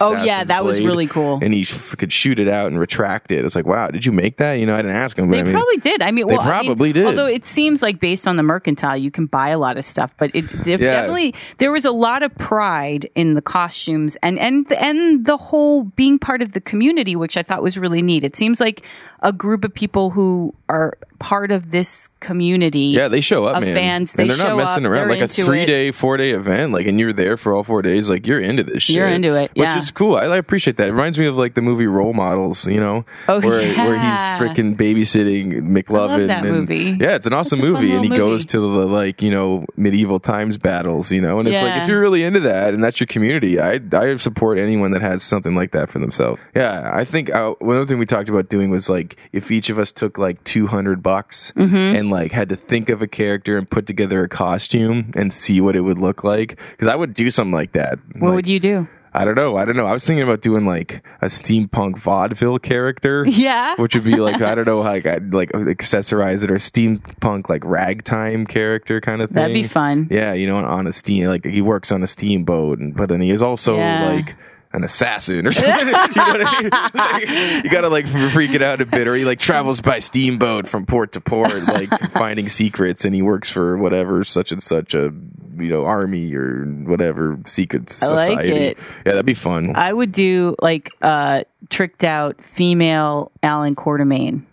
[SPEAKER 2] Oh, yeah,
[SPEAKER 1] Assassin's
[SPEAKER 2] that was
[SPEAKER 1] blade,
[SPEAKER 2] really cool.
[SPEAKER 1] And he f- could shoot it out and retract it. It's like, wow, did you make that? You know, I didn't ask him. But
[SPEAKER 2] They
[SPEAKER 1] I mean,
[SPEAKER 2] probably did. I mean,
[SPEAKER 1] They
[SPEAKER 2] well, I mean,
[SPEAKER 1] probably did.
[SPEAKER 2] Although it seems like based on the mercantile, you can buy a lot of stuff, but it de-
[SPEAKER 1] Yeah.
[SPEAKER 2] definitely there was a lot of pride in the costumes and and and the whole being part of the community, which I thought was really neat. It seems like a group of people who are part of this community.
[SPEAKER 1] Yeah, they show up,
[SPEAKER 2] of
[SPEAKER 1] man.
[SPEAKER 2] fans.
[SPEAKER 1] and
[SPEAKER 2] They
[SPEAKER 1] they're not
[SPEAKER 2] show
[SPEAKER 1] messing
[SPEAKER 2] up.
[SPEAKER 1] around. Like
[SPEAKER 2] They're
[SPEAKER 1] a
[SPEAKER 2] into it.
[SPEAKER 1] three day, four day event, like, and you're there for all four days. Like, you're into this shit.
[SPEAKER 2] You're into it, yeah.
[SPEAKER 1] Which is cool. I, I appreciate that. It reminds me of like the movie Role Models, you know,
[SPEAKER 2] Oh,
[SPEAKER 1] where where he's
[SPEAKER 2] yeah.
[SPEAKER 1] freaking babysitting McLovin.
[SPEAKER 2] that
[SPEAKER 1] and,
[SPEAKER 2] movie.
[SPEAKER 1] Yeah, it's an awesome
[SPEAKER 2] a fun
[SPEAKER 1] movie, and he
[SPEAKER 2] little
[SPEAKER 1] goes
[SPEAKER 2] movie.
[SPEAKER 1] to the like you know medieval times battles, you know, and it's like
[SPEAKER 2] Yeah.
[SPEAKER 1] if you're really into that and that's your community, I I support anyone that has something like that for themselves. Yeah, I think uh one other thing we talked about doing was like if each of us took like two hundred bucks
[SPEAKER 2] Mm-hmm.
[SPEAKER 1] and like had to think of a character and put together a costume and see what it would look like, because I would do something like that.
[SPEAKER 2] What
[SPEAKER 1] Like,
[SPEAKER 2] would you do?
[SPEAKER 1] I don't know. I don't know. I was thinking about doing like a steampunk vaudeville character.
[SPEAKER 2] Yeah.
[SPEAKER 1] [laughs] Which would be like I
[SPEAKER 2] [laughs]
[SPEAKER 1] don't know like I'd like accessorize it or steampunk like ragtime character kind of thing.
[SPEAKER 2] That'd be fun.
[SPEAKER 1] Yeah, you know, on a steam like he works on a steamboat, and but then he is also
[SPEAKER 2] Yeah.
[SPEAKER 1] like an assassin or something. [laughs] you know what I mean? Like, you gotta like freak it out a bit, or he like travels by steamboat from port to port,
[SPEAKER 2] [laughs]
[SPEAKER 1] like finding secrets, and he works for whatever such and such a you know army or whatever secret
[SPEAKER 2] I like
[SPEAKER 1] society.
[SPEAKER 2] it.
[SPEAKER 1] Yeah, that'd be fun.
[SPEAKER 2] I would do like uh tricked out female Alan Quartermain.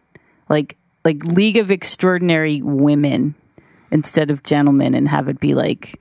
[SPEAKER 2] Like like League of Extraordinary Women instead of gentlemen and have it be like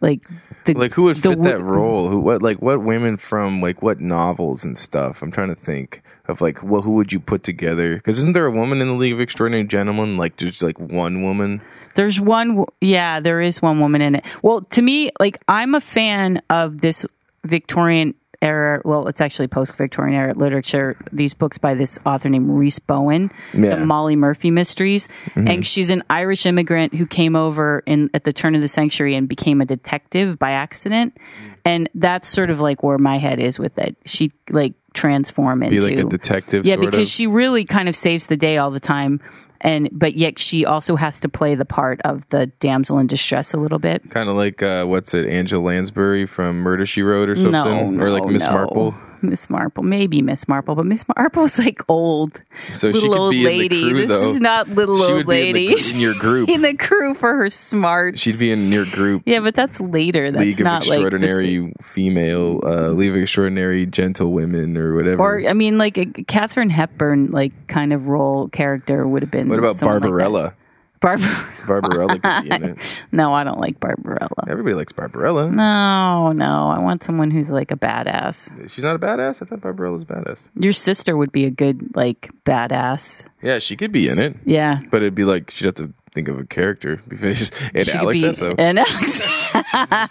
[SPEAKER 2] like the
[SPEAKER 1] like who would
[SPEAKER 2] the
[SPEAKER 1] fit
[SPEAKER 2] wo-
[SPEAKER 1] that role? Who what like what women from like what novels and stuff? I'm trying to think of like what who would you put together? Because isn't there a woman in the League of Extraordinary Gentlemen? Like just like one woman.
[SPEAKER 2] There's one, w- yeah, there is one woman in it. Well, to me, like I'm a fan of this Victorian era. Well, it's actually post-Victorian era literature. These books by this author named Reese Bowen,
[SPEAKER 1] Yeah. Mm-hmm.
[SPEAKER 2] the Molly Murphy mysteries, and she's an Irish immigrant who came over in at the turn of the century and became a detective by accident.
[SPEAKER 1] Mm.
[SPEAKER 2] And that's sort of like where my head is with it. She like transform
[SPEAKER 1] Be
[SPEAKER 2] into
[SPEAKER 1] like a detective.
[SPEAKER 2] yeah,
[SPEAKER 1] sort
[SPEAKER 2] because
[SPEAKER 1] of.
[SPEAKER 2] she really kind of saves the day all the time, and but yet she also has to play the part of the damsel in distress a little bit.
[SPEAKER 1] kind of like uh, what's it, Angela Lansbury from Murder She Wrote or something,
[SPEAKER 2] No, no,
[SPEAKER 1] or like Miss
[SPEAKER 2] no.
[SPEAKER 1] Marple.
[SPEAKER 2] Miss Marple, maybe Miss Marple, but Miss Marple's like old,
[SPEAKER 1] So she
[SPEAKER 2] little
[SPEAKER 1] could
[SPEAKER 2] old
[SPEAKER 1] be
[SPEAKER 2] lady.
[SPEAKER 1] in the crew
[SPEAKER 2] this
[SPEAKER 1] though.
[SPEAKER 2] is not little
[SPEAKER 1] she
[SPEAKER 2] old
[SPEAKER 1] would be in,
[SPEAKER 2] lady.
[SPEAKER 1] the, gr- in your group.
[SPEAKER 2] [laughs] in the crew for her smart.
[SPEAKER 1] She'd be in your group.
[SPEAKER 2] yeah, but that's later. That's
[SPEAKER 1] League of
[SPEAKER 2] not like e-
[SPEAKER 1] Extraordinary
[SPEAKER 2] the-
[SPEAKER 1] Female, uh, League of Extraordinary Gentlewomen, or whatever.
[SPEAKER 2] or I mean, like a Catherine Hepburn, like kind of role character would have been.
[SPEAKER 1] what about
[SPEAKER 2] someone like that.
[SPEAKER 1] Barbarella?
[SPEAKER 2] Barbar- [laughs]
[SPEAKER 1] Barbarella could be in it.
[SPEAKER 2] no, I don't like Barbarella.
[SPEAKER 1] Everybody likes Barbarella.
[SPEAKER 2] No, no. I want someone who's like a badass.
[SPEAKER 1] She's not a badass. I thought Barbarella was badass.
[SPEAKER 2] Your sister would be a good like badass.
[SPEAKER 1] Yeah, she could be in it,
[SPEAKER 2] Yeah.
[SPEAKER 1] but it'd be like she'd have to think of a character [laughs] because and
[SPEAKER 2] could
[SPEAKER 1] Alex
[SPEAKER 2] be
[SPEAKER 1] Esso.
[SPEAKER 2] and Alex.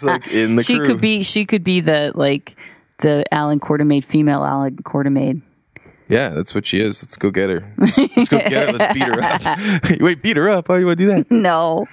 [SPEAKER 1] [laughs] She's
[SPEAKER 2] [laughs]
[SPEAKER 1] like in the
[SPEAKER 2] she
[SPEAKER 1] crew.
[SPEAKER 2] could be she could be the like the Alan Quartermaid female Alan Quartermaid.
[SPEAKER 1] Yeah, that's what she is. Let's go get her. Let's [laughs] go get her. Let's beat her up. Wait, beat her up. Why do you want to do that?
[SPEAKER 2] No.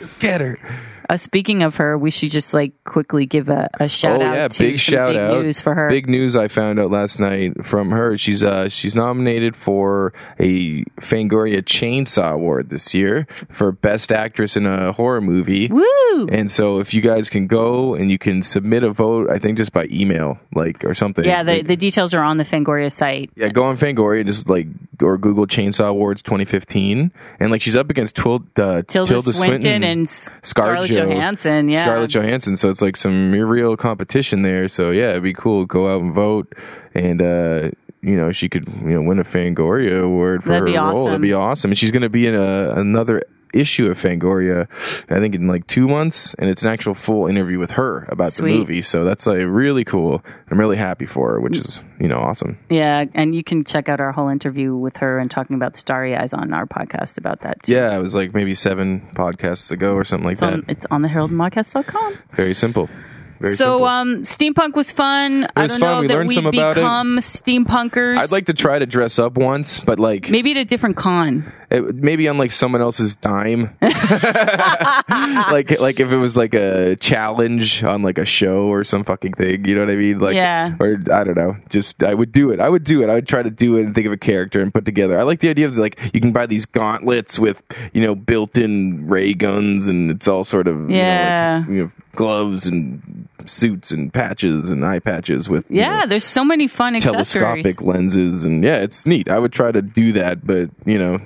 [SPEAKER 1] Let's get her.
[SPEAKER 2] Uh, speaking of her, we should just like quickly give a, a shout
[SPEAKER 1] oh
[SPEAKER 2] out
[SPEAKER 1] yeah,
[SPEAKER 2] to
[SPEAKER 1] big
[SPEAKER 2] some
[SPEAKER 1] shout
[SPEAKER 2] big
[SPEAKER 1] out.
[SPEAKER 2] news for her.
[SPEAKER 1] Big news I found out last night from her. She's uh she's nominated for a Fangoria Chainsaw Award this year for best actress in a horror movie.
[SPEAKER 2] Woo!
[SPEAKER 1] And so if you guys can go and you can submit a vote, I think just by email, like or something.
[SPEAKER 2] yeah, the,
[SPEAKER 1] Like,
[SPEAKER 2] the details are on the Fangoria site.
[SPEAKER 1] yeah, go on Fangoria and just like or Google Chainsaw Awards 2015, and like she's up against Twil- uh,
[SPEAKER 2] Tilda, Swinton, and Scarlett
[SPEAKER 1] Scarjo-
[SPEAKER 2] Johansson. Yeah,
[SPEAKER 1] Scarlett Johansson. So it's like some real competition there. So yeah, it'd be cool. Go out and vote, and uh, you know she could you know win a Fangoria award for
[SPEAKER 2] That'd
[SPEAKER 1] her
[SPEAKER 2] be
[SPEAKER 1] role.
[SPEAKER 2] awesome.
[SPEAKER 1] That'd be awesome. And she's going to be in a, another issue of Fangoria, I think in like two months, and it's an actual full interview with her about
[SPEAKER 2] Sweet. Mm.
[SPEAKER 1] the movie. So that's like really cool. I'm really happy for her, which is you know awesome.
[SPEAKER 2] yeah, and you can check out our whole interview with her and talking about Starry Eyes on our podcast about that. Too.
[SPEAKER 1] Yeah, it was like maybe seven podcasts ago or something like
[SPEAKER 2] It's on,
[SPEAKER 1] that.
[SPEAKER 2] it's on the heraldmodcast.com.
[SPEAKER 1] Very simple. Very
[SPEAKER 2] so
[SPEAKER 1] simple.
[SPEAKER 2] um steampunk was fun. I
[SPEAKER 1] was
[SPEAKER 2] don't
[SPEAKER 1] fun.
[SPEAKER 2] know
[SPEAKER 1] We
[SPEAKER 2] that
[SPEAKER 1] learned
[SPEAKER 2] we
[SPEAKER 1] some about it.
[SPEAKER 2] become steampunkers.
[SPEAKER 1] I'd like to try to dress up once, but like
[SPEAKER 2] maybe at a different con.
[SPEAKER 1] It, maybe on like someone else's
[SPEAKER 2] [laughs]
[SPEAKER 1] dime, [laughs] like like if it was like a challenge on like a show or some fucking thing, you know what I mean? Like,
[SPEAKER 2] Yeah.
[SPEAKER 1] or I don't know. Just I would do it. I would do it. I would try to do it and think of a character and put together. I like the idea of like you can buy these gauntlets with you know built-in ray guns and it's all sort of you know, like,
[SPEAKER 2] Yeah.
[SPEAKER 1] you know, gloves and suits and patches and eye patches with you know,
[SPEAKER 2] Yeah, there's so many fun accessories.
[SPEAKER 1] telescopic lenses and yeah it's neat i would try to do that but you know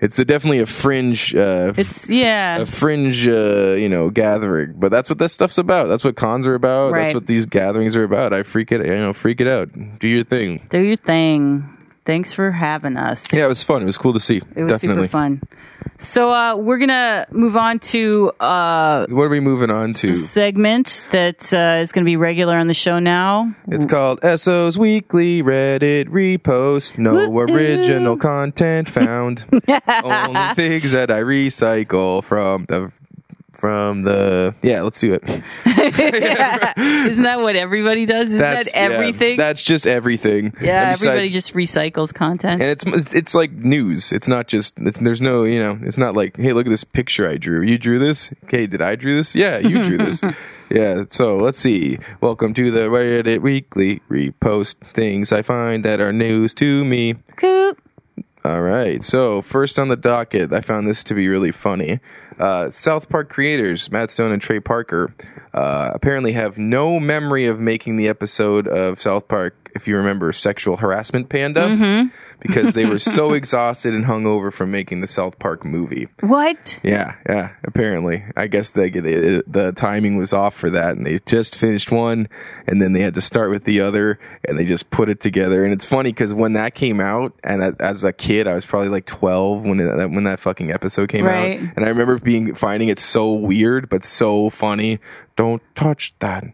[SPEAKER 1] it's a, definitely a fringe uh f-
[SPEAKER 2] It's yeah.
[SPEAKER 1] a fringe uh you know gathering but that's what that stuff's about that's what cons are about
[SPEAKER 2] Right.
[SPEAKER 1] that's what these gatherings are about i freak it you know freak it out do your thing
[SPEAKER 2] Do your thing. Thanks for having us.
[SPEAKER 1] yeah it was fun it was cool to see
[SPEAKER 2] It was
[SPEAKER 1] definitely
[SPEAKER 2] super fun. So uh, we're gonna move on to uh,
[SPEAKER 1] what are we moving on to
[SPEAKER 2] segment that uh, is gonna be regular on the show now.
[SPEAKER 1] It's called SO's Weekly Reddit Repost. No
[SPEAKER 2] Woo-hoo.
[SPEAKER 1] original content
[SPEAKER 2] [laughs]
[SPEAKER 1] found. Only things that I recycle from the from the Yeah, let's do it.
[SPEAKER 2] Isn't that what everybody does? Isn't that
[SPEAKER 1] yeah,
[SPEAKER 2] everything?
[SPEAKER 1] that's just everything.
[SPEAKER 2] yeah,
[SPEAKER 1] And
[SPEAKER 2] everybody
[SPEAKER 1] besides-
[SPEAKER 2] just recycles content.
[SPEAKER 1] and it's it's like news. It's not just it's there's no you know it's not like hey look at this picture I drew. You drew this. Okay, did I drew this? Yeah, you drew
[SPEAKER 2] [laughs]
[SPEAKER 1] this. Yeah. So let's see. Welcome to the Reddit Weekly Repost. Things I find that are news to me.
[SPEAKER 2] Coop.
[SPEAKER 1] All right. So first on the docket, I found this to be really funny. Uh, South Park creators Matt Stone and Trey Parker uh, apparently have no memory of making the episode of South Park, if you remember, sexual harassment panda, because they were so exhausted and hungover from making the South Park movie.
[SPEAKER 2] What?
[SPEAKER 1] Yeah, yeah. Apparently, I guess they, they, the timing was off for that, and they just finished one, and then they had to start with the other, and they just put it together. And it's funny because when that came out, and a- as a kid, I was probably like twelve when it, when that fucking episode came
[SPEAKER 2] Right.
[SPEAKER 1] out, and I remember being finding it so weird but so funny. Don't touch that.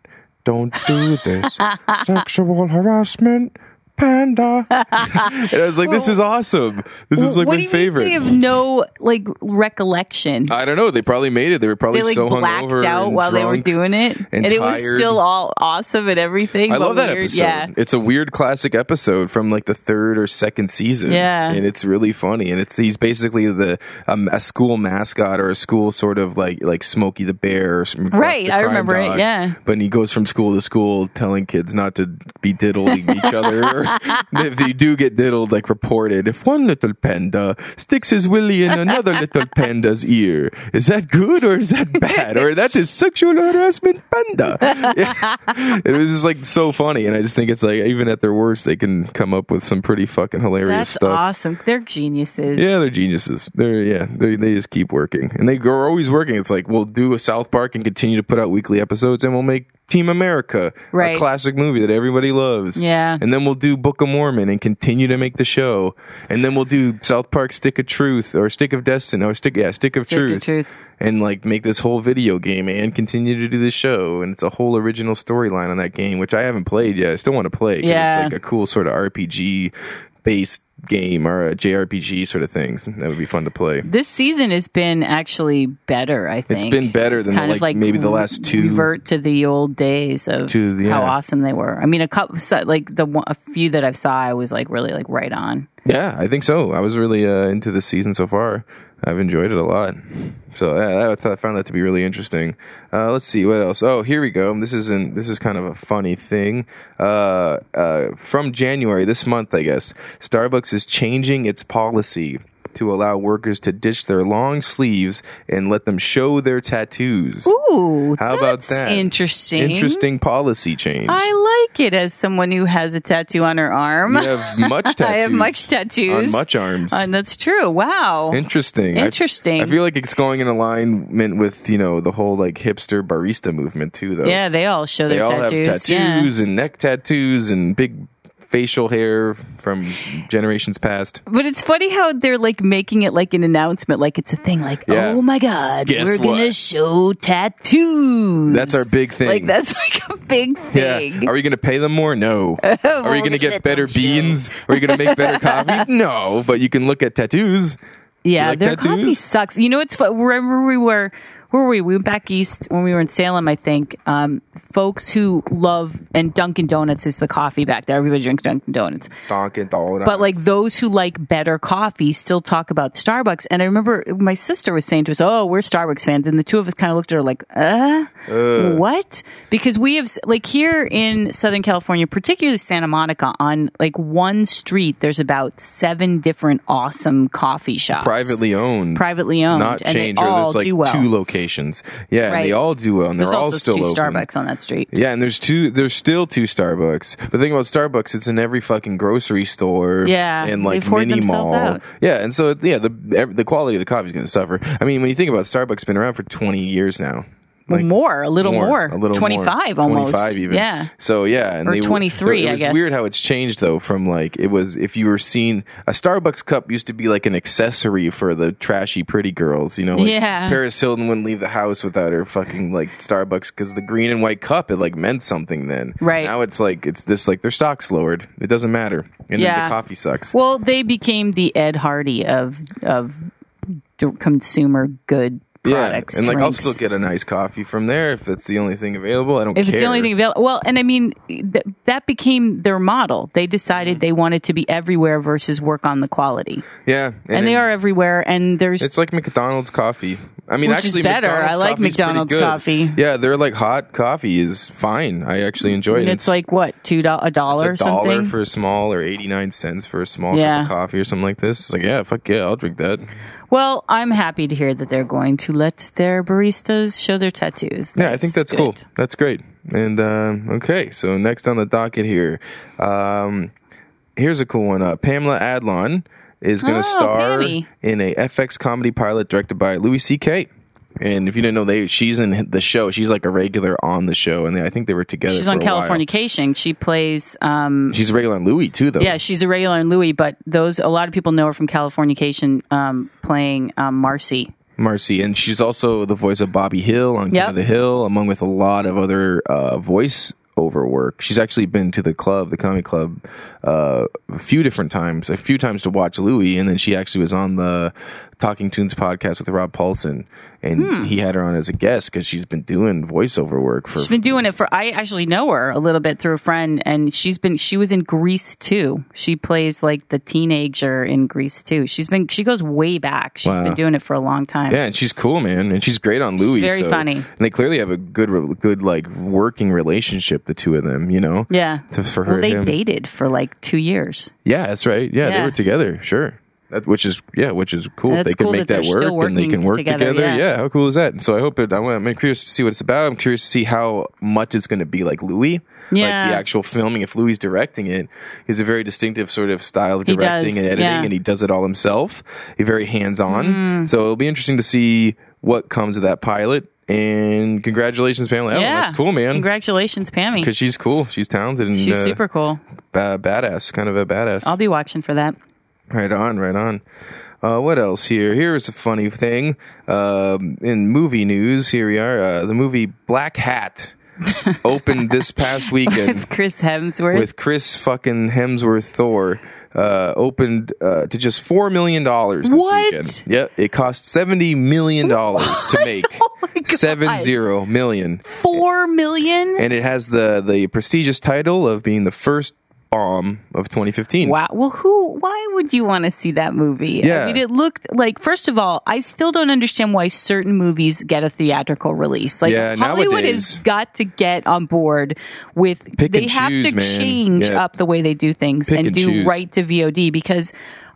[SPEAKER 1] Don't do
[SPEAKER 2] [laughs]
[SPEAKER 1] this. Sexual harassment. Panda. [laughs] and I was like, this is awesome. This is like
[SPEAKER 2] what
[SPEAKER 1] my
[SPEAKER 2] do you
[SPEAKER 1] favorite.
[SPEAKER 2] mean they have no like recollection?
[SPEAKER 1] I don't know. They probably made it. They were probably
[SPEAKER 2] they like
[SPEAKER 1] so
[SPEAKER 2] blacked
[SPEAKER 1] hungover
[SPEAKER 2] out
[SPEAKER 1] and
[SPEAKER 2] while they were
[SPEAKER 1] drunk.
[SPEAKER 2] doing it, and, it was
[SPEAKER 1] tired.
[SPEAKER 2] still all awesome and everything.
[SPEAKER 1] I
[SPEAKER 2] but
[SPEAKER 1] love that
[SPEAKER 2] weird.
[SPEAKER 1] episode.
[SPEAKER 2] Yeah,
[SPEAKER 1] It's a weird classic episode from like the third or second season.
[SPEAKER 2] Yeah.
[SPEAKER 1] and it's really funny. And it's he's basically the um, a school mascot or a school sort of like like Smokey the Bear. Or some,
[SPEAKER 2] Right,
[SPEAKER 1] the
[SPEAKER 2] I
[SPEAKER 1] crime
[SPEAKER 2] remember it,
[SPEAKER 1] dog.
[SPEAKER 2] yeah.
[SPEAKER 1] but he goes from school to school telling kids not to be diddling each other. [laughs] if they do get diddled, like reported. If one little panda sticks his willy in another little panda's ear, is that good or is that bad? Or that is sexual harassment, panda. [laughs] Yeah. It was just like so funny, and I just think it's like even at their worst, they can come up with some pretty fucking hilarious
[SPEAKER 2] that's
[SPEAKER 1] stuff.
[SPEAKER 2] awesome. They're geniuses.
[SPEAKER 1] Yeah, they're geniuses. They're yeah, they they just keep working, and they go- are always working. It's like we'll do a South Park and continue to put out weekly episodes, and we'll make Team America,
[SPEAKER 2] Right.
[SPEAKER 1] a classic movie that everybody loves.
[SPEAKER 2] Yeah.
[SPEAKER 1] and then we'll do Book of Mormon and continue to make the show, and then we'll do South Park Stick of Truth or Stick of Destiny or Stick yeah Stick of,
[SPEAKER 2] Stick of
[SPEAKER 1] Truth,
[SPEAKER 2] Truth.
[SPEAKER 1] and like make this whole video game and continue to do the show, and it's a whole original storyline on that game, which I haven't played yet. I still want to play. 'cause
[SPEAKER 2] Yeah.
[SPEAKER 1] it's like a cool sort of RPG based game or a JRPG sort of things. That would be fun to play.
[SPEAKER 2] This season has been actually better. I think
[SPEAKER 1] It's been better than the,
[SPEAKER 2] kind
[SPEAKER 1] like,
[SPEAKER 2] of like
[SPEAKER 1] maybe the last two.
[SPEAKER 2] Revert to the old days of
[SPEAKER 1] To the-
[SPEAKER 2] how
[SPEAKER 1] yeah.
[SPEAKER 2] awesome they were. I mean, a couple so, like the one, a few that I saw, I was like really like right on.
[SPEAKER 1] Yeah, I think so. I was really uh, into this season so far. I've enjoyed it a lot. So yeah, I thought- I found that to be really interesting. Uh, let's see what else. Oh, here we go. This isn't. This is kind of a funny thing. Uh, uh, from January this month, I guess Starbucks is changing its policy to allow workers to ditch their long sleeves and let them show their tattoos.
[SPEAKER 2] Ooh,
[SPEAKER 1] How about
[SPEAKER 2] that's
[SPEAKER 1] that?
[SPEAKER 2] Interesting.
[SPEAKER 1] Interesting policy change.
[SPEAKER 2] I like it as someone who has a tattoo on her arm.
[SPEAKER 1] you have much tattoos.
[SPEAKER 2] [laughs] I have much tattoos.
[SPEAKER 1] on much arms.
[SPEAKER 2] And that's true. Wow.
[SPEAKER 1] Interesting. I-
[SPEAKER 2] Interesting.
[SPEAKER 1] I, feel like it's going in alignment with you know the whole like hipster barista movement too, though.
[SPEAKER 2] yeah, they all show
[SPEAKER 1] they
[SPEAKER 2] their
[SPEAKER 1] all have
[SPEAKER 2] tattoos. Yeah.
[SPEAKER 1] tattoos and neck tattoos and big facial hair from generations past.
[SPEAKER 2] But it's funny how they're like making it like an announcement, like it's a thing. Like,
[SPEAKER 1] Yeah.
[SPEAKER 2] oh my god,
[SPEAKER 1] Guess
[SPEAKER 2] we're gonna
[SPEAKER 1] what?
[SPEAKER 2] show tattoos.
[SPEAKER 1] That's our big thing.
[SPEAKER 2] Like that's [laughs] like a big thing.
[SPEAKER 1] Yeah. Are we going to pay them more? No.
[SPEAKER 2] [laughs]
[SPEAKER 1] Are we
[SPEAKER 2] we're
[SPEAKER 1] going
[SPEAKER 2] gonna
[SPEAKER 1] to
[SPEAKER 2] let
[SPEAKER 1] get better
[SPEAKER 2] them show.
[SPEAKER 1] beans? Are we going to make better
[SPEAKER 2] [laughs]
[SPEAKER 1] coffee? No. But you can look at tattoos.
[SPEAKER 2] Yeah,
[SPEAKER 1] like
[SPEAKER 2] their coffee
[SPEAKER 1] tattoos?
[SPEAKER 2] sucks. You know, it's fu- remember we were where were we? We went back east when we were in Salem, I think. Um, folks who love and Dunkin' Donuts is the coffee back there. Everybody drinks Dunkin' Donuts,
[SPEAKER 1] Donkin' Donuts.
[SPEAKER 2] but like those who like better coffee still talk about Starbucks. And I remember my sister was saying to us, "Oh, we're Starbucks fans," and the two of us kind of looked at her like, "Uh, what?" Because we have s- like here in Southern California, particularly Santa Monica, on like one street, there's about seven different awesome coffee shops
[SPEAKER 1] privately owned.
[SPEAKER 2] privately owned,
[SPEAKER 1] not
[SPEAKER 2] and
[SPEAKER 1] chain
[SPEAKER 2] they
[SPEAKER 1] or
[SPEAKER 2] all
[SPEAKER 1] there's like
[SPEAKER 2] do well.
[SPEAKER 1] two locations. Yeah, and
[SPEAKER 2] Right.
[SPEAKER 1] they all do well, and
[SPEAKER 2] There's
[SPEAKER 1] they're all
[SPEAKER 2] also
[SPEAKER 1] still
[SPEAKER 2] two
[SPEAKER 1] open.
[SPEAKER 2] Starbucks on that street.
[SPEAKER 1] Yeah, and there's two. There's still two Starbucks. But the thing about Starbucks, it's in every fucking grocery store.
[SPEAKER 2] Yeah,
[SPEAKER 1] and
[SPEAKER 2] they've
[SPEAKER 1] like
[SPEAKER 2] hoarded
[SPEAKER 1] mini
[SPEAKER 2] themselves
[SPEAKER 1] mall.
[SPEAKER 2] out.
[SPEAKER 1] Yeah, and so yeah, the ev- the quality of the coffee is going to suffer. I mean, when you think about Starbucks, it's been around for 20 years now.
[SPEAKER 2] Well, more, a little more,
[SPEAKER 1] a little more.
[SPEAKER 2] 25 almost.
[SPEAKER 1] 25 even.
[SPEAKER 2] Yeah.
[SPEAKER 1] So yeah, and
[SPEAKER 2] Or
[SPEAKER 1] they were-
[SPEAKER 2] 23,
[SPEAKER 1] It
[SPEAKER 2] I
[SPEAKER 1] was
[SPEAKER 2] guess.
[SPEAKER 1] weird how it's changed though. From like it was if you were seen a Starbucks cup used to be like an accessory for the trashy pretty girls. You know, like
[SPEAKER 2] Yeah.
[SPEAKER 1] Paris Hilton wouldn't leave the house without her fucking like Starbucks because the green and white cup it like meant something then.
[SPEAKER 2] Right.
[SPEAKER 1] now it's like it's this like their stock's lowered. It doesn't matter, and
[SPEAKER 2] Yeah.
[SPEAKER 1] then the coffee sucks.
[SPEAKER 2] Well, they became the Ed Hardy of of d- consumer good products.
[SPEAKER 1] and like
[SPEAKER 2] drinks.
[SPEAKER 1] I'll still get a nice coffee from there if that's the only thing available. I don't
[SPEAKER 2] if
[SPEAKER 1] care.
[SPEAKER 2] it's the only thing available. Well, and I mean th- that became their model. They decided they wanted to be everywhere versus work on the quality,
[SPEAKER 1] Yeah, and,
[SPEAKER 2] and they
[SPEAKER 1] then-
[SPEAKER 2] are everywhere. And there's
[SPEAKER 1] It's like McDonald's coffee. I mean,
[SPEAKER 2] Which is
[SPEAKER 1] actually,
[SPEAKER 2] better.
[SPEAKER 1] McDonald's
[SPEAKER 2] I like
[SPEAKER 1] coffee's pretty
[SPEAKER 2] McDonald's
[SPEAKER 1] good.
[SPEAKER 2] coffee.
[SPEAKER 1] Yeah, they're like hot coffee is fine. I actually enjoy it.
[SPEAKER 2] it's, like what two do- a
[SPEAKER 1] it's
[SPEAKER 2] dollar
[SPEAKER 1] a dollar
[SPEAKER 2] or something.
[SPEAKER 1] for a small or eighty nine cents for a small cup
[SPEAKER 2] Yeah.
[SPEAKER 1] of coffee or something like this. It's like yeah, fuck yeah, I'll drink that.
[SPEAKER 2] Well, I'm happy to hear that they're going to let their baristas show their tattoos.
[SPEAKER 1] Yeah, I think that's
[SPEAKER 2] good.
[SPEAKER 1] cool. That's great. And um, okay, so next on the docket here, um, here's a cool one. Uh, Pamela Adlon is going to
[SPEAKER 2] Oh,
[SPEAKER 1] star
[SPEAKER 2] Pammy.
[SPEAKER 1] in a FX comedy pilot directed by Louis C.K. And if you didn't know, they she's in the show. She's like a regular on the show, and they, I think they were together.
[SPEAKER 2] She's
[SPEAKER 1] for
[SPEAKER 2] on
[SPEAKER 1] a while.
[SPEAKER 2] Californication. She plays, um,
[SPEAKER 1] She's a regular on Louis too, though.
[SPEAKER 2] yeah, she's a regular in Louis, but those a lot of people know her from Californication, um, playing um, Marcy.
[SPEAKER 1] Marcy, and she's also the voice of Bobby Hill on King
[SPEAKER 2] Yep.
[SPEAKER 1] of the Hill, among with a lot of other uh, voice over work. She's actually been to the club, the comedy club, uh, a few different times, a few times to watch Louis, and then she actually was on the Talking Tunes podcast with Rob Paulson, and
[SPEAKER 2] Hmm.
[SPEAKER 1] he had her on as a guest because she's been doing voiceover work for.
[SPEAKER 2] She's been doing it for. I actually know her a little bit through a friend, and she's been. She was in Grease too. She plays like the teenager in Grease too. She's been. She goes way back. She's been doing it for a long time.
[SPEAKER 1] yeah, and she's cool, man, and she's great on Louis.
[SPEAKER 2] very
[SPEAKER 1] so-
[SPEAKER 2] funny.
[SPEAKER 1] and they clearly have a good, re- good like working relationship, the two of them. You know,
[SPEAKER 2] Yeah.
[SPEAKER 1] Just for her,
[SPEAKER 2] well, they
[SPEAKER 1] him.
[SPEAKER 2] dated for like two years.
[SPEAKER 1] Yeah, that's right. Yeah,
[SPEAKER 2] Yeah.
[SPEAKER 1] they were together. Sure. That, which is yeah, which is cool.
[SPEAKER 2] That's
[SPEAKER 1] they can
[SPEAKER 2] cool
[SPEAKER 1] make that,
[SPEAKER 2] that they're still
[SPEAKER 1] work and they
[SPEAKER 2] working
[SPEAKER 1] can work
[SPEAKER 2] together,
[SPEAKER 1] together.
[SPEAKER 2] yeah.
[SPEAKER 1] Yeah. how cool is that? And so I hope it. I'm, I'm curious to see what it's about. I'm curious to see how much it's going to be like Louis.
[SPEAKER 2] Yeah.
[SPEAKER 1] Like the actual filming. If Louis directing it, he's a very distinctive sort of style of
[SPEAKER 2] He does,
[SPEAKER 1] directing and editing,
[SPEAKER 2] yeah. Mm.
[SPEAKER 1] and he does it all himself. He's very hands on. So it'll be interesting to see what comes of that pilot. And congratulations, Pamela. Allen.
[SPEAKER 2] yeah,
[SPEAKER 1] Oh, that's cool, man.
[SPEAKER 2] Congratulations, Pammy.
[SPEAKER 1] Because she's cool. She's talented and
[SPEAKER 2] She's
[SPEAKER 1] uh,
[SPEAKER 2] super cool.
[SPEAKER 1] ba- badass. Kind of a badass.
[SPEAKER 2] I'll be watching for that. [laughs]
[SPEAKER 1] Right on, right on. Uh, what else here? Here is a funny thing. Um, in movie news, here we are. Uh, the movie Black
[SPEAKER 2] [laughs]
[SPEAKER 1] Hat opened this past weekend
[SPEAKER 2] Chris Hemsworth.
[SPEAKER 1] with Chris fucking Hemsworth Thor. Uh, opened uh, to just four million dollars this
[SPEAKER 2] What?
[SPEAKER 1] weekend. Yep, it cost seventy million dollars to
[SPEAKER 2] [laughs]
[SPEAKER 1] make.
[SPEAKER 2] Oh
[SPEAKER 1] Seven zero million,
[SPEAKER 2] Four million?
[SPEAKER 1] and it has the the prestigious title of being the first bomb of 2015.
[SPEAKER 2] Wow. Well, who? Why would you want to see that movie?
[SPEAKER 1] Yeah.
[SPEAKER 2] I mean, it looked like. First of all, I still don't understand why certain movies get a theatrical release. Like
[SPEAKER 1] Yeah,
[SPEAKER 2] Hollywood
[SPEAKER 1] nowadays-
[SPEAKER 2] has got to get on board with.
[SPEAKER 1] Pick
[SPEAKER 2] they
[SPEAKER 1] and
[SPEAKER 2] have
[SPEAKER 1] choose,
[SPEAKER 2] to
[SPEAKER 1] man.
[SPEAKER 2] change
[SPEAKER 1] Yeah.
[SPEAKER 2] up the way they do things
[SPEAKER 1] Pick
[SPEAKER 2] and,
[SPEAKER 1] and
[SPEAKER 2] do
[SPEAKER 1] choose.
[SPEAKER 2] right to VOD because.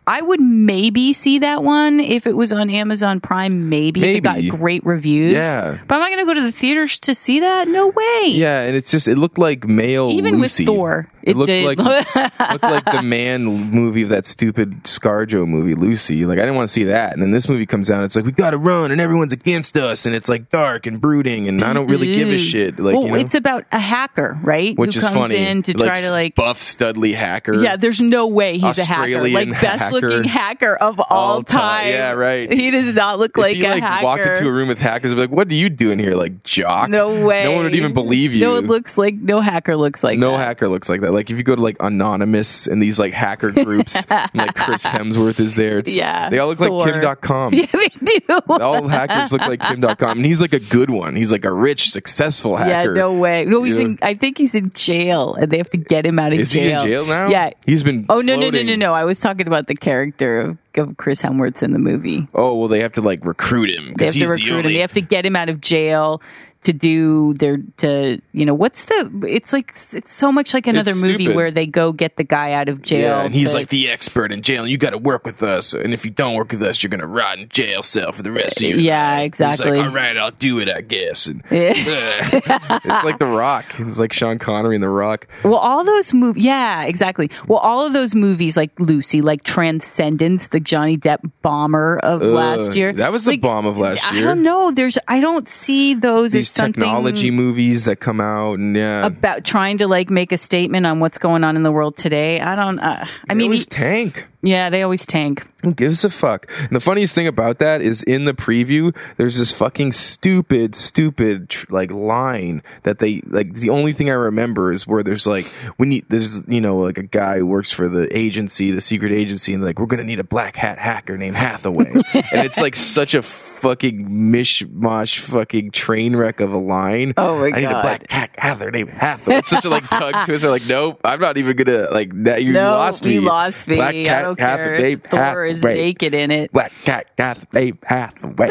[SPEAKER 2] I would maybe see that one if it was on Amazon Prime, maybe, if it
[SPEAKER 1] Maybe.
[SPEAKER 2] got great reviews.
[SPEAKER 1] Yeah.
[SPEAKER 2] But am I going to go to the theaters to see that? No way.
[SPEAKER 1] Yeah, and it's just it looked like male
[SPEAKER 2] Even with
[SPEAKER 1] Lucy.
[SPEAKER 2] Thor,
[SPEAKER 1] It,
[SPEAKER 2] it
[SPEAKER 1] looked like
[SPEAKER 2] did. [laughs]
[SPEAKER 1] looked like the man movie of that stupid ScarJo movie, Lucy. Like I didn't want to see that. And then this movie comes out, it's like we gotta run, and everyone's against us, and it's like dark and brooding, and I don't really give a shit. Like
[SPEAKER 2] Mm. Mm-hmm. well,
[SPEAKER 1] you know,
[SPEAKER 2] it's about a hacker, right?
[SPEAKER 1] which
[SPEAKER 2] Who
[SPEAKER 1] is
[SPEAKER 2] comes
[SPEAKER 1] funny.
[SPEAKER 2] in to try to like.
[SPEAKER 1] buff Studley hacker.
[SPEAKER 2] Yeah, there's no way he's a hacker.
[SPEAKER 1] Australian [laughs]
[SPEAKER 2] Like best looking hacker of all,
[SPEAKER 1] All time.
[SPEAKER 2] time.
[SPEAKER 1] Yeah, right.
[SPEAKER 2] He does not look
[SPEAKER 1] If
[SPEAKER 2] like
[SPEAKER 1] he,
[SPEAKER 2] a
[SPEAKER 1] like
[SPEAKER 2] hacker.
[SPEAKER 1] walked into a room with hackers, and be like, "What do you do in here, like jock?"
[SPEAKER 2] no way.
[SPEAKER 1] No one would even believe you.
[SPEAKER 2] No one looks like no hacker looks like
[SPEAKER 1] no
[SPEAKER 2] that.
[SPEAKER 1] hacker looks like that. Like if you go to like anonymous and these like hacker
[SPEAKER 2] [laughs]
[SPEAKER 1] groups, and, like Chris Hemsworth is there. It's,
[SPEAKER 2] Yeah,
[SPEAKER 1] they all look
[SPEAKER 2] Thor.
[SPEAKER 1] like Kim.com.
[SPEAKER 2] [laughs] Yeah,
[SPEAKER 1] [laughs]
[SPEAKER 2] they do.
[SPEAKER 1] All hackers look like Kim.com, and he's like a good one. He's like a rich, successful
[SPEAKER 2] yeah,
[SPEAKER 1] hacker.
[SPEAKER 2] no way. No, he's
[SPEAKER 1] Yeah.
[SPEAKER 2] in. I think he's in jail, and they have to get him out of
[SPEAKER 1] is he
[SPEAKER 2] jail.
[SPEAKER 1] in jail now?
[SPEAKER 2] Yeah.
[SPEAKER 1] he's been.
[SPEAKER 2] Oh no no no no
[SPEAKER 1] floating.
[SPEAKER 2] no! I was talking about the character of, of Chris Hemsworth in the movie.
[SPEAKER 1] Oh well, they have to like recruit him
[SPEAKER 2] They
[SPEAKER 1] because
[SPEAKER 2] have
[SPEAKER 1] he's
[SPEAKER 2] to
[SPEAKER 1] the
[SPEAKER 2] recruit him.
[SPEAKER 1] only.
[SPEAKER 2] They have to get him out of jail to do their to you know what's the it's like it's so much like another
[SPEAKER 1] It's
[SPEAKER 2] movie
[SPEAKER 1] stupid.
[SPEAKER 2] where they go get the guy out of jail.
[SPEAKER 1] yeah, and he's
[SPEAKER 2] to-
[SPEAKER 1] like the expert in jail. You got to work with us, and if you don't work with us, you're gonna rot in jail cell for the rest of your
[SPEAKER 2] yeah
[SPEAKER 1] life. He's
[SPEAKER 2] exactly.
[SPEAKER 1] like, all right, I'll do it, I guess.
[SPEAKER 2] [laughs]
[SPEAKER 1] And [laughs]
[SPEAKER 2] Yeah.
[SPEAKER 1] it's like The Rock. It's like Sean Connery in The Rock.
[SPEAKER 2] Well, all those movies, yeah, exactly. Well, all of those movies like Lucy, like Transcendence, the Johnny Depp bomber of last
[SPEAKER 1] Ugh,
[SPEAKER 2] year.
[SPEAKER 1] That was the
[SPEAKER 2] Like,
[SPEAKER 1] bomb of last
[SPEAKER 2] I
[SPEAKER 1] year.
[SPEAKER 2] don't know. There's I don't see those
[SPEAKER 1] These
[SPEAKER 2] as something
[SPEAKER 1] technology movies that come out, and yeah,
[SPEAKER 2] about trying to like make a statement on what's going on in the world today. I don't. Uh, I
[SPEAKER 1] I mean,
[SPEAKER 2] mean,
[SPEAKER 1] it was tank.
[SPEAKER 2] yeah, they always tank.
[SPEAKER 1] Who gives a fuck? And the funniest thing about that is in the preview, there's this fucking stupid, stupid tr- like line that they like. The only thing I remember is where there's like we need there's you know like a guy who works for the agency, the secret agency, and like we're gonna need a black hat hacker named Hathaway, and it's like such a fucking mishmash, fucking train wreck of a line.
[SPEAKER 2] Oh my
[SPEAKER 1] I need a
[SPEAKER 2] God.
[SPEAKER 1] black hat hacker named Hathaway. It's such a like
[SPEAKER 2] [laughs]
[SPEAKER 1] tug twister. Like nope, I'm not even gonna like. That, you
[SPEAKER 2] no,
[SPEAKER 1] lost me.
[SPEAKER 2] You lost me.
[SPEAKER 1] Black
[SPEAKER 2] I
[SPEAKER 1] cat
[SPEAKER 2] don't
[SPEAKER 1] hath
[SPEAKER 2] care.
[SPEAKER 1] named
[SPEAKER 2] Thor is
[SPEAKER 1] Hathaway.
[SPEAKER 2] naked in it.
[SPEAKER 1] Black cat got name Hathaway.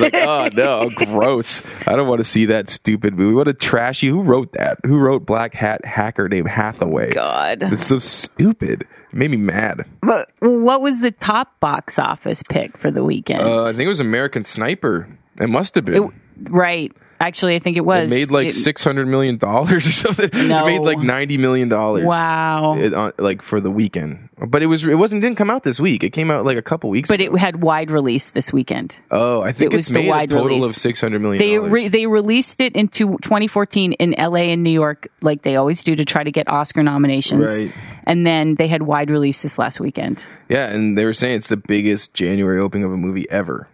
[SPEAKER 1] like,
[SPEAKER 2] [laughs]
[SPEAKER 1] oh no, gross. I don't want to see that stupid movie. What a trashy. Who wrote that? Who wrote Black Hat Hacker named Hathaway?
[SPEAKER 2] God.
[SPEAKER 1] It's so stupid. It made me mad.
[SPEAKER 2] But what was the top box office pick for the weekend?
[SPEAKER 1] Uh, I think it was American Sniper. It must have been. It,
[SPEAKER 2] right. Actually, I think it was.
[SPEAKER 1] made like
[SPEAKER 2] It-
[SPEAKER 1] six hundred million dollars or something. [laughs]
[SPEAKER 2] No.
[SPEAKER 1] It made like ninety million dollars.
[SPEAKER 2] Wow.
[SPEAKER 1] It, uh, like for the weekend, but it was it wasn't didn't come out this week. It came out like a couple weeks.
[SPEAKER 2] but it had wide release this weekend.
[SPEAKER 1] oh, I think
[SPEAKER 2] it was
[SPEAKER 1] it's
[SPEAKER 2] the
[SPEAKER 1] made a
[SPEAKER 2] wide
[SPEAKER 1] total
[SPEAKER 2] release.
[SPEAKER 1] of six hundred million.
[SPEAKER 2] They re- they released it into 2014 in LA and New York, like they always do, to try to get Oscar nominations.
[SPEAKER 1] Right.
[SPEAKER 2] And then they had wide release this last weekend.
[SPEAKER 1] Yeah, and they were saying it's the biggest January opening of a movie ever.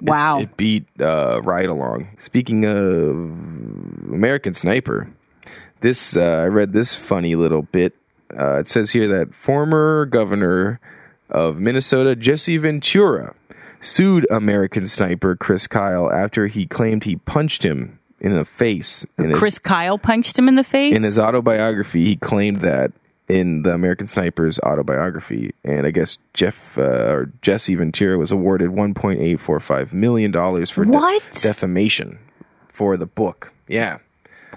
[SPEAKER 2] Wow.
[SPEAKER 1] It beat uh, Ride Along. Speaking of American Sniper, this uh, I read this funny little bit. Uh, it says here that former governor of Minnesota Jesse Ventura sued American Sniper Chris Kyle after he claimed he punched him in the face. In his-
[SPEAKER 2] Chris Kyle punched him in the face.
[SPEAKER 1] in his autobiography, he claimed that in the American Sniper's autobiography, and I guess Jeff uh, or Jesse Ventura was awarded 1.845 million dollars for de-
[SPEAKER 2] What?
[SPEAKER 1] defamation for the book. Yeah.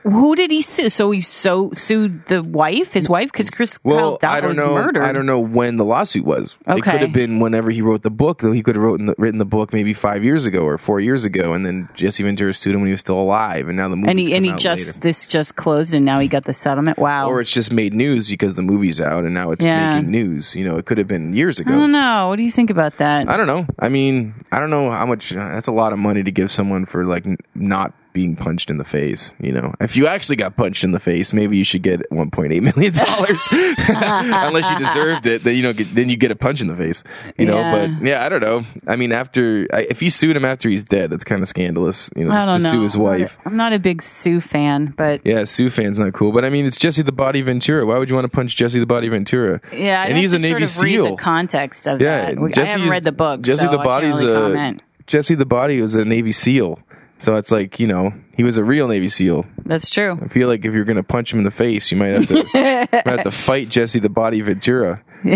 [SPEAKER 2] Who did he sue? So he so sued the wife, his wife, because Chris
[SPEAKER 1] Well,
[SPEAKER 2] Kyle Dot
[SPEAKER 1] I don't
[SPEAKER 2] was
[SPEAKER 1] know.
[SPEAKER 2] murdered.
[SPEAKER 1] I don't know when the lawsuit was. It
[SPEAKER 2] Okay.
[SPEAKER 1] could have been whenever he wrote the book. Though he could have wrote in the, written the book maybe five years ago or four years ago, and then Jesse Ventura sued him when he was still alive, and now the movie.
[SPEAKER 2] And he and he just this just closed, and now he got the settlement. Wow.
[SPEAKER 1] Or it's just made news because the movie's out, and now it's
[SPEAKER 2] Yeah.
[SPEAKER 1] making news. You know, it could have been years ago.
[SPEAKER 2] I don't know. What do you think about that?
[SPEAKER 1] I don't know. I mean, I don't know how much. uh, That's a lot of money to give someone for like n- not being punched in the face. You know, if you actually got punched in the face, maybe you should get 1.8 [laughs] million dollars, unless you deserved it. Then you know, get, then you get a punch in the face. You know,
[SPEAKER 2] Yeah.
[SPEAKER 1] but yeah, I don't know. I mean, after I, if he sued him after he's dead, that's kind of scandalous. You know,
[SPEAKER 2] I don't
[SPEAKER 1] to
[SPEAKER 2] know.
[SPEAKER 1] sue his wife.
[SPEAKER 2] I'm not a big Sue fan, but
[SPEAKER 1] Yeah, Sue fan's not cool, but I mean, it's Jesse the Body Ventura. Why would you want to punch Jesse the Body Ventura?
[SPEAKER 2] yeah, I'd
[SPEAKER 1] and
[SPEAKER 2] have
[SPEAKER 1] he's
[SPEAKER 2] to
[SPEAKER 1] a Navy
[SPEAKER 2] sort of
[SPEAKER 1] SEAL.
[SPEAKER 2] read the context of
[SPEAKER 1] Yeah,
[SPEAKER 2] that. Uh, We- I
[SPEAKER 1] Jesse
[SPEAKER 2] haven't
[SPEAKER 1] is-
[SPEAKER 2] read the book,
[SPEAKER 1] Jesse the
[SPEAKER 2] so I can't
[SPEAKER 1] Body's
[SPEAKER 2] really
[SPEAKER 1] a
[SPEAKER 2] comment.
[SPEAKER 1] Jesse the Body was a Navy SEAL. So it's like, you know, he was a real Navy SEAL.
[SPEAKER 2] That's true.
[SPEAKER 1] I feel like if you're going to punch him in the face, you might
[SPEAKER 2] [laughs]
[SPEAKER 1] have to, might have to fight Jesse the Body Ventura. He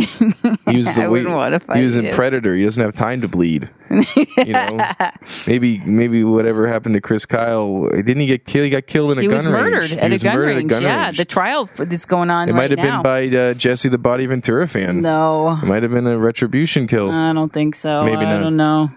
[SPEAKER 1] was
[SPEAKER 2] I wouldn't wanna
[SPEAKER 1] He
[SPEAKER 2] fight
[SPEAKER 1] was in
[SPEAKER 2] you.
[SPEAKER 1] Predator. He doesn't have time to bleed. You
[SPEAKER 2] [laughs]
[SPEAKER 1] know, maybe maybe whatever happened to Chris Kyle didn't he get killed? He got killed in a
[SPEAKER 2] He
[SPEAKER 1] gun
[SPEAKER 2] was
[SPEAKER 1] range.
[SPEAKER 2] murdered
[SPEAKER 1] He
[SPEAKER 2] at a
[SPEAKER 1] was
[SPEAKER 2] gun
[SPEAKER 1] murdered at
[SPEAKER 2] range. yeah,
[SPEAKER 1] range.
[SPEAKER 2] the trial for that's going on
[SPEAKER 1] it
[SPEAKER 2] right
[SPEAKER 1] might have
[SPEAKER 2] now.
[SPEAKER 1] been by uh, Jesse the Body Ventura fan.
[SPEAKER 2] no,
[SPEAKER 1] It might have been a retribution kill.
[SPEAKER 2] I don't think so.
[SPEAKER 1] Maybe
[SPEAKER 2] I
[SPEAKER 1] not.
[SPEAKER 2] don't know.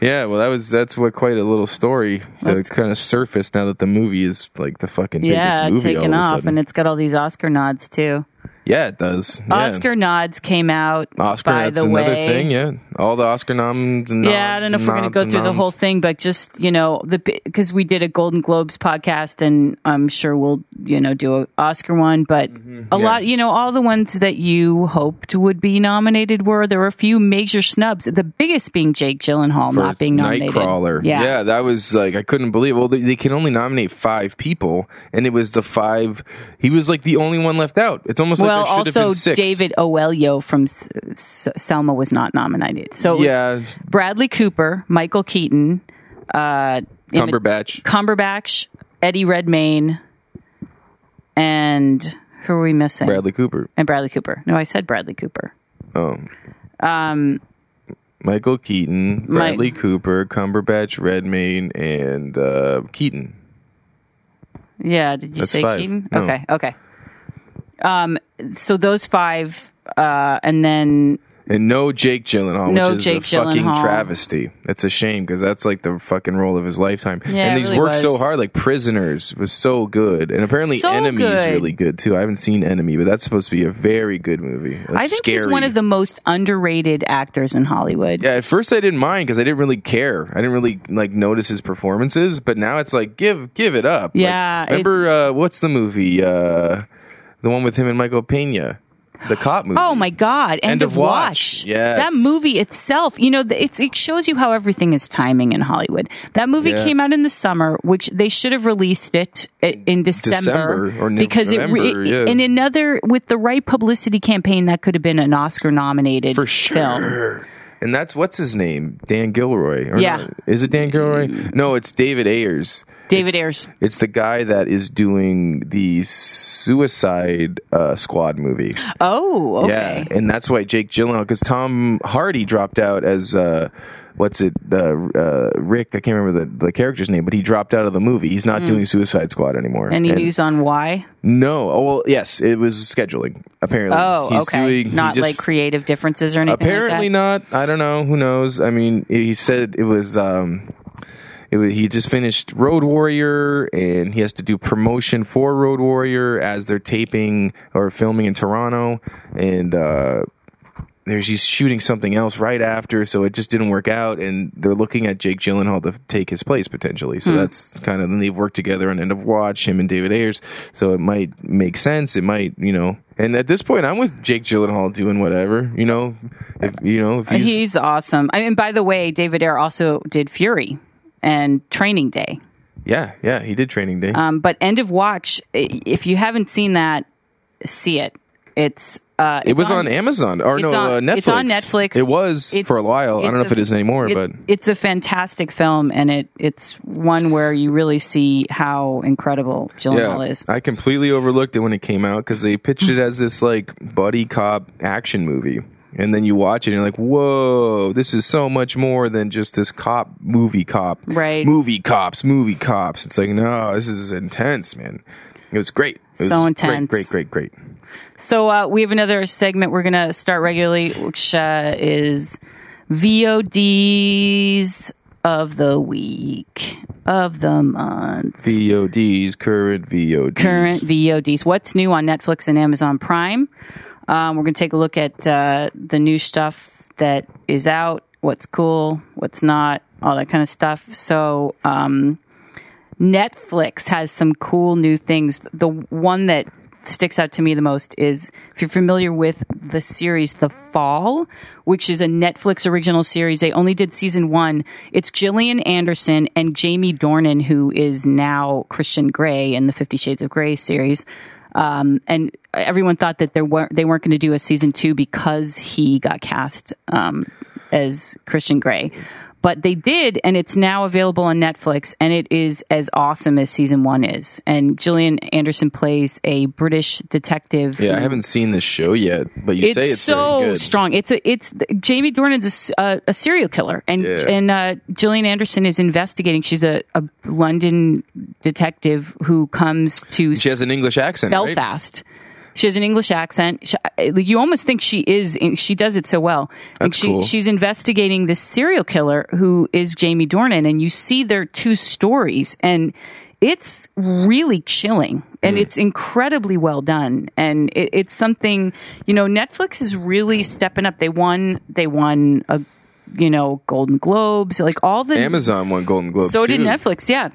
[SPEAKER 1] yeah, well, that was that's what quite a little story that kind of surfaced now that the movie is like the fucking
[SPEAKER 2] Yeah,
[SPEAKER 1] biggest movie
[SPEAKER 2] taken
[SPEAKER 1] all of a
[SPEAKER 2] off,
[SPEAKER 1] sudden.
[SPEAKER 2] and it's got all these Oscar nods too.
[SPEAKER 1] yeah, it does. Yeah.
[SPEAKER 2] Oscar nods came out.
[SPEAKER 1] Oscar,
[SPEAKER 2] by
[SPEAKER 1] that's
[SPEAKER 2] the
[SPEAKER 1] another
[SPEAKER 2] way.
[SPEAKER 1] thing. Yeah, all the Oscar noms. And
[SPEAKER 2] Yeah, I don't know if we're going to go through the whole thing, but just you know, the because we did a Golden Globes podcast, and I'm sure we'll you know do a Oscar one, but a
[SPEAKER 1] Mm-hmm. Yeah.
[SPEAKER 2] lot, you know, all the ones that you hoped would be nominated were there were a few major snubs. The biggest being Jake Gyllenhaal not being nominated.
[SPEAKER 1] Nightcrawler.
[SPEAKER 2] Yeah.
[SPEAKER 1] that was like I couldn't believe. Well, they, they can only nominate five people, and it was the five. He was like the only one left out. It's almost
[SPEAKER 2] Well,
[SPEAKER 1] like there should have
[SPEAKER 2] also
[SPEAKER 1] been six.
[SPEAKER 2] David Oelio from S- S- Selma was not nominated. So it was
[SPEAKER 1] Yeah,
[SPEAKER 2] Bradley Cooper, Michael Keaton, uh, in the-
[SPEAKER 1] Cumberbatch.
[SPEAKER 2] Cumberbatch, Eddie Redmayne, and who are we missing?
[SPEAKER 1] Bradley Cooper.
[SPEAKER 2] And Bradley Cooper. No, I said Bradley Cooper.
[SPEAKER 1] Michael Keaton, Bradley Cooper, Cumberbatch, Redmayne, and uh, Keaton.
[SPEAKER 2] Yeah, did you
[SPEAKER 1] That's
[SPEAKER 2] say
[SPEAKER 1] five.
[SPEAKER 2] Keaton?
[SPEAKER 1] No.
[SPEAKER 2] Okay, okay. Um, so those five, uh, and then
[SPEAKER 1] And no Jake Gyllenhaal,
[SPEAKER 2] No
[SPEAKER 1] which is
[SPEAKER 2] Jake
[SPEAKER 1] a fucking
[SPEAKER 2] Gyllenhaal.
[SPEAKER 1] travesty. It's a shame because that's like the fucking role of his lifetime.
[SPEAKER 2] Yeah,
[SPEAKER 1] and
[SPEAKER 2] it
[SPEAKER 1] he's
[SPEAKER 2] really
[SPEAKER 1] worked so
[SPEAKER 2] was.
[SPEAKER 1] hard. Like Prisoners was so good, and apparently
[SPEAKER 2] So
[SPEAKER 1] Enemy is
[SPEAKER 2] good.
[SPEAKER 1] really good too. I haven't seen Enemy, but that's supposed to be a very good movie. Like,
[SPEAKER 2] I think he's
[SPEAKER 1] scary.
[SPEAKER 2] one of the most underrated actors in Hollywood.
[SPEAKER 1] Yeah, at first I didn't mind because I didn't really care. I didn't really like notice his performances, but now it's like give give it up. Like,
[SPEAKER 2] Yeah, it-
[SPEAKER 1] remember uh, what's the movie? Uh, the one with him and Michael Pena, the cop movie.
[SPEAKER 2] Oh my God! End,
[SPEAKER 1] of Watch. Yes.
[SPEAKER 2] that movie itself. You know, th- it's, it shows you how everything is timing in Hollywood. That movie
[SPEAKER 1] Yeah.
[SPEAKER 2] came out in the summer, which they should have released it i- in December,
[SPEAKER 1] December or no-
[SPEAKER 2] because it.
[SPEAKER 1] November,
[SPEAKER 2] Re-
[SPEAKER 1] yeah.
[SPEAKER 2] In another, with the right publicity campaign, that could have been an Oscar nominated
[SPEAKER 1] for sure.
[SPEAKER 2] film.
[SPEAKER 1] And that's what's his name, Dan Gilroy. or
[SPEAKER 2] Yeah.
[SPEAKER 1] not- is it Dan Gilroy? No, it's David Ayers.
[SPEAKER 2] David
[SPEAKER 1] It's-
[SPEAKER 2] Ayers.
[SPEAKER 1] It's the guy that is doing the Suicide uh, Squad movie.
[SPEAKER 2] Oh, okay.
[SPEAKER 1] Yeah, and that's why Jake Gyllenhaal, because Tom Hardy dropped out as uh, what's it, uh, uh, Rick? I can't remember the, the character's name, but he dropped out of the movie. He's
[SPEAKER 2] Hmm.
[SPEAKER 1] not doing Suicide Squad anymore.
[SPEAKER 2] Any
[SPEAKER 1] And-
[SPEAKER 2] news on why?
[SPEAKER 1] No. Oh well, yes, it was scheduling. Apparently,
[SPEAKER 2] Oh,
[SPEAKER 1] He's
[SPEAKER 2] okay.
[SPEAKER 1] doing- he
[SPEAKER 2] Not
[SPEAKER 1] just
[SPEAKER 2] like creative differences or anything.
[SPEAKER 1] Apparently not.
[SPEAKER 2] like
[SPEAKER 1] I don't know. Who knows? I mean, he said it was. Um, it was, he just finished Road Warrior, and he has to do promotion for Road Warrior as they're taping or filming in Toronto, and uh, there's he's shooting something else right after, so it just didn't work out, and they're looking at Jake Gyllenhaal to take his place potentially.
[SPEAKER 2] Hmm.
[SPEAKER 1] So that's kind of then they've worked together on End of Watch, him and David Ayers. So it might make sense. It might you know. And at this point, I'm with Jake Gyllenhaal doing whatever you know. If you know if
[SPEAKER 2] that?
[SPEAKER 1] he's,
[SPEAKER 2] He's awesome. I mean, by the way, David Ayer also did Fury and Training Day.
[SPEAKER 1] yeah yeah he did Training Day.
[SPEAKER 2] Um, but End of Watch, i- if you haven't seen that, see it. It's uh,
[SPEAKER 1] it was on, Amazon or
[SPEAKER 2] it's
[SPEAKER 1] no
[SPEAKER 2] on-
[SPEAKER 1] uh, Netflix.
[SPEAKER 2] it's on Netflix.
[SPEAKER 1] It was
[SPEAKER 2] It's-
[SPEAKER 1] for a while. I don't
[SPEAKER 2] it's
[SPEAKER 1] know if
[SPEAKER 2] a-
[SPEAKER 1] it is anymore,
[SPEAKER 2] it-
[SPEAKER 1] but
[SPEAKER 2] it's a fantastic film, and it it's one where you really see how incredible Gyllenhaal is.
[SPEAKER 1] I completely overlooked it when it came out because they pitched
[SPEAKER 2] [laughs]
[SPEAKER 1] it as this like buddy cop action movie. And then you watch it and you're like, whoa, this is so much more than just this cop movie cop.
[SPEAKER 2] Right.
[SPEAKER 1] Movie cops, movie cops. It's like, no, this is intense, man. It was great. It was
[SPEAKER 2] So
[SPEAKER 1] great,
[SPEAKER 2] intense.
[SPEAKER 1] Great, great, great,
[SPEAKER 2] So uh, we have another segment we're gonna start regularly, which uh, is VODs of the week of the month.
[SPEAKER 1] VODs, current VODs.
[SPEAKER 2] current VODs. What's new on Netflix and Amazon Prime? Um, we're going to take a look at uh, the new stuff that is out, what's cool, what's not, all that kind of stuff. So, um, Netflix has some cool new things. The one that sticks out to me the most is if you're familiar with the series The Fall, which is a Netflix original series. They only did season one. It's Gillian Anderson and Jamie Dornan, who is now Christian Grey in the Fifty Shades of Grey series. Um, and everyone thought that there were they weren't going to do a season two because he got cast um, as Christian Grey. but they did, and it's now available on Netflix, and it is as awesome as season one is. And Gillian Anderson plays a British detective.
[SPEAKER 1] Yeah, I
[SPEAKER 2] who-
[SPEAKER 1] haven't seen this show yet, but you
[SPEAKER 2] it's,
[SPEAKER 1] say it's
[SPEAKER 2] so
[SPEAKER 1] very good.
[SPEAKER 2] strong. It's a it's Jamie Dornan's a s- a, a serial killer, and
[SPEAKER 1] Yeah.
[SPEAKER 2] and uh, Gillian Anderson is investigating. She's a, a London detective who comes to
[SPEAKER 1] She has an English accent, right?
[SPEAKER 2] Belfast. She has an English accent. She, I- you almost think she is. In, she does it so well. and
[SPEAKER 1] That's
[SPEAKER 2] she,
[SPEAKER 1] cool.
[SPEAKER 2] She's investigating this serial killer who is Jamie Dornan, and you see their two stories, and it's really chilling, and
[SPEAKER 1] Mm.
[SPEAKER 2] it's incredibly well done, and it, it's something you know. Netflix is really stepping up. They won. They won a you know Golden Globes, like all the
[SPEAKER 1] Amazon won Golden Globes.
[SPEAKER 2] so did
[SPEAKER 1] too.
[SPEAKER 2] Netflix, yeah.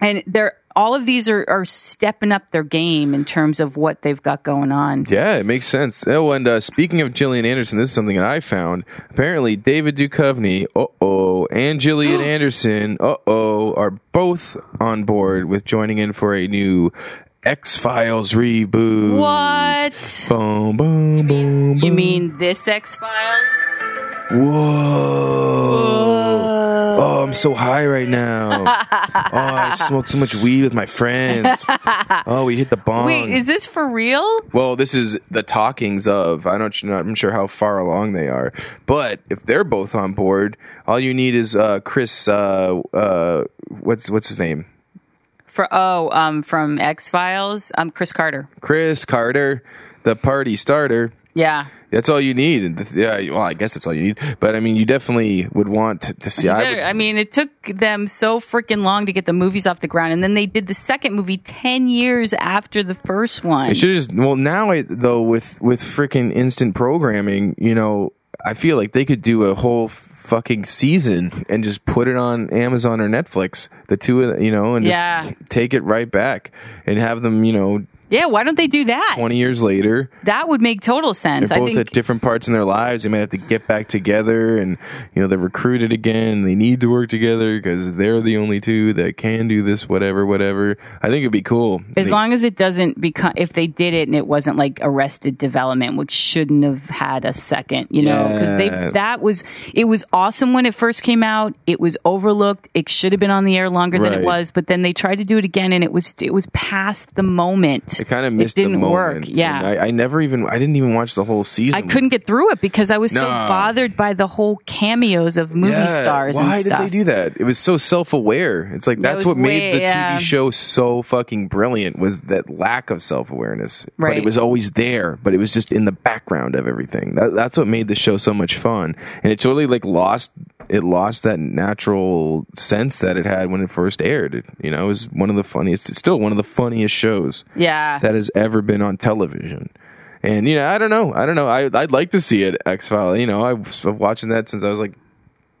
[SPEAKER 2] And they're all of these are, are stepping up their game in terms of what they've got going on.
[SPEAKER 1] Yeah, it makes sense. Oh, and uh, speaking of Gillian Anderson, this is something that I found. Apparently, David Duchovny, uh oh, and Gillian
[SPEAKER 2] [gasps]
[SPEAKER 1] Anderson, uh oh, are both on board with joining in for a new X Files reboot.
[SPEAKER 2] What?
[SPEAKER 1] Boom, boom, boom.
[SPEAKER 2] You mean this X Files?
[SPEAKER 1] Whoa. Oh, I'm so high right
[SPEAKER 2] [laughs]
[SPEAKER 1] now. oh, I smoked so much weed with my
[SPEAKER 2] [laughs]
[SPEAKER 1] friends. Oh, we hit the bong.
[SPEAKER 2] Wait, is this for real?
[SPEAKER 1] Well, this is the talkings of. I don't. I'm sure how far along they are, but if they're both on board, all you need is uh, Chris. Uh, uh, what's what's his name?
[SPEAKER 2] For oh, um, from X Files, um, Chris Carter.
[SPEAKER 1] Chris Carter, the party starter.
[SPEAKER 2] Yeah,
[SPEAKER 1] That's all you need. Yeah, well, I guess that's all you need. But I mean, you definitely would want to see. I
[SPEAKER 2] Better-
[SPEAKER 1] would-
[SPEAKER 2] I mean, it took them so freaking long to get the movies off the ground, and then they did the second movie ten years after the first one.
[SPEAKER 1] It should just well now I, though with with freaking instant programming, you know, I feel like they could do a whole fucking season and just put it on Amazon or Netflix, the two of you know, and just
[SPEAKER 2] Yeah.
[SPEAKER 1] take it right back and have them, you know,
[SPEAKER 2] yeah, why don't they do that?
[SPEAKER 1] twenty years later,
[SPEAKER 2] That would make total sense.
[SPEAKER 1] they're
[SPEAKER 2] I
[SPEAKER 1] both
[SPEAKER 2] think
[SPEAKER 1] at different parts in their lives. They might have to get back together, and you know, they're recruited again. They need to work together because they're the only two that can do this. Whatever, whatever. I think it'd be cool.
[SPEAKER 2] As
[SPEAKER 1] They-
[SPEAKER 2] long as it doesn't become, if they did it and it wasn't like Arrested Development, which shouldn't have had a second, you know, because
[SPEAKER 1] Yeah.
[SPEAKER 2] they that was it was awesome when it first came out. It was overlooked. It should have been on the air longer than
[SPEAKER 1] Right.
[SPEAKER 2] it was, but then they tried to do it again, and it was it was past the moment.
[SPEAKER 1] It kind of missed
[SPEAKER 2] didn't
[SPEAKER 1] the
[SPEAKER 2] work,
[SPEAKER 1] moment.
[SPEAKER 2] yeah.
[SPEAKER 1] And I, I never even I didn't even watch the whole season.
[SPEAKER 2] I couldn't get through it because I was so
[SPEAKER 1] No.
[SPEAKER 2] bothered by the whole cameos of movie
[SPEAKER 1] Yeah.
[SPEAKER 2] stars
[SPEAKER 1] Why
[SPEAKER 2] and stuff.
[SPEAKER 1] did they do that? It was so self aware. It's like that's
[SPEAKER 2] was
[SPEAKER 1] what
[SPEAKER 2] way-
[SPEAKER 1] made the
[SPEAKER 2] yeah.
[SPEAKER 1] TV show so fucking brilliant was that lack of self awareness. But
[SPEAKER 2] Right.
[SPEAKER 1] it was always there, but it was just in the background of everything. That, that's what made the show so much fun. And it totally like lost it lost that natural sense that it had when it first aired. It, you know, it was one of the funniest it's still one of the funniest shows.
[SPEAKER 2] yeah,
[SPEAKER 1] that has ever been on television. And you know, I don't know, I don't know. I I'd like to see it X File. You know, I was watching that since I was like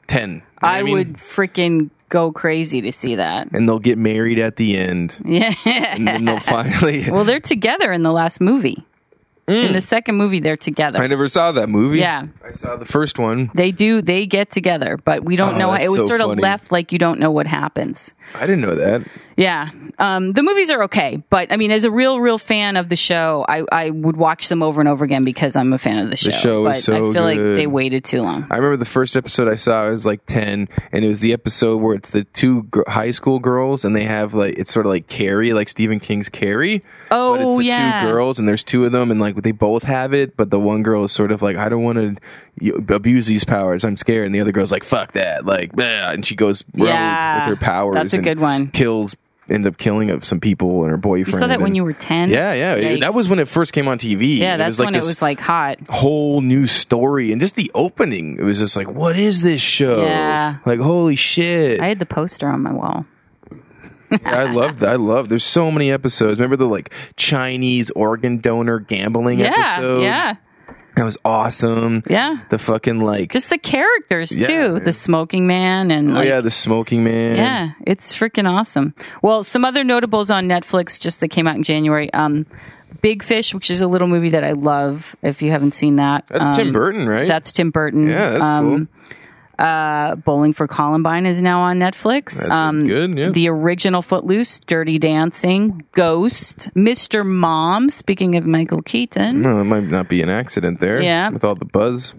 [SPEAKER 1] ten. You know what
[SPEAKER 2] I,
[SPEAKER 1] mean?
[SPEAKER 2] would freaking go crazy to see that.
[SPEAKER 1] And they'll get married at the end,
[SPEAKER 2] Yeah.
[SPEAKER 1] and then they'll
[SPEAKER 2] [laughs]
[SPEAKER 1] finally.
[SPEAKER 2] Well, they're together in the last movie.
[SPEAKER 1] Mm.
[SPEAKER 2] In the second movie, they're together.
[SPEAKER 1] I never saw that movie.
[SPEAKER 2] Yeah.
[SPEAKER 1] I saw the first one.
[SPEAKER 2] They do. They get together, but we don't
[SPEAKER 1] Oh,
[SPEAKER 2] know.
[SPEAKER 1] that's
[SPEAKER 2] It was
[SPEAKER 1] so
[SPEAKER 2] sort of
[SPEAKER 1] funny.
[SPEAKER 2] left like you don't know what happens.
[SPEAKER 1] I didn't know that.
[SPEAKER 2] Yeah, um, the movies are okay, but I mean, as a real, real fan of the show, I, I would watch them over and over again because I'm a fan of the show.
[SPEAKER 1] show
[SPEAKER 2] but
[SPEAKER 1] is so
[SPEAKER 2] I feel like
[SPEAKER 1] good.
[SPEAKER 2] they waited too long.
[SPEAKER 1] I remember the first episode I saw. I was like ten, and it was the episode where it's the two gr- high school girls, and they have like it's sort of like Carrie, like Stephen King's Carrie.
[SPEAKER 2] Oh,
[SPEAKER 1] but it's the
[SPEAKER 2] yeah.
[SPEAKER 1] two girls, and there's two of them, and like they both have it, but the one girl is sort of like, I don't want to abuse these powers. I'm scared, and the other girl's like, fuck that, like, bleh, and she goes rogue
[SPEAKER 2] Yeah,
[SPEAKER 1] with her powers.
[SPEAKER 2] that's a
[SPEAKER 1] and
[SPEAKER 2] good one.
[SPEAKER 1] Kills, end up killing of some people and her boyfriend.
[SPEAKER 2] You saw that when
[SPEAKER 1] and-
[SPEAKER 2] you were ten.
[SPEAKER 1] Yeah, yeah, It- that
[SPEAKER 2] Yikes.
[SPEAKER 1] was when it first came on TV.
[SPEAKER 2] yeah. That's when it
[SPEAKER 1] this-
[SPEAKER 2] was like hot.
[SPEAKER 1] whole new story and just the opening it was just like what is this show
[SPEAKER 2] Yeah.
[SPEAKER 1] like holy shit
[SPEAKER 2] I
[SPEAKER 1] i,
[SPEAKER 2] had the poster on my wall.
[SPEAKER 1] I love that i love there's so many episodes remember the like chinese organ donor gambling
[SPEAKER 2] Yeah,
[SPEAKER 1] episode
[SPEAKER 2] yeah,
[SPEAKER 1] that was awesome
[SPEAKER 2] yeah.
[SPEAKER 1] the fucking like
[SPEAKER 2] Just the characters
[SPEAKER 1] Yeah,
[SPEAKER 2] too.
[SPEAKER 1] man.
[SPEAKER 2] The smoking man and
[SPEAKER 1] oh
[SPEAKER 2] like,
[SPEAKER 1] yeah the smoking man
[SPEAKER 2] Yeah, it's freaking awesome. Well, some other notables on Netflix just that came out in January. Um, Big Fish, which is a little movie that I love. If you haven't seen that,
[SPEAKER 1] that's
[SPEAKER 2] Um,
[SPEAKER 1] tim burton right
[SPEAKER 2] That's Tim Burton.
[SPEAKER 1] yeah that's
[SPEAKER 2] Um,
[SPEAKER 1] cool
[SPEAKER 2] Uh, Bowling for Columbine is now on Netflix. Um,
[SPEAKER 1] That's good, yeah.
[SPEAKER 2] The original Footloose, Dirty Dancing, Ghost, Mr. Mom, speaking of Michael Keaton,
[SPEAKER 1] No, it might not be an accident there.
[SPEAKER 2] Yeah.
[SPEAKER 1] With all the buzz.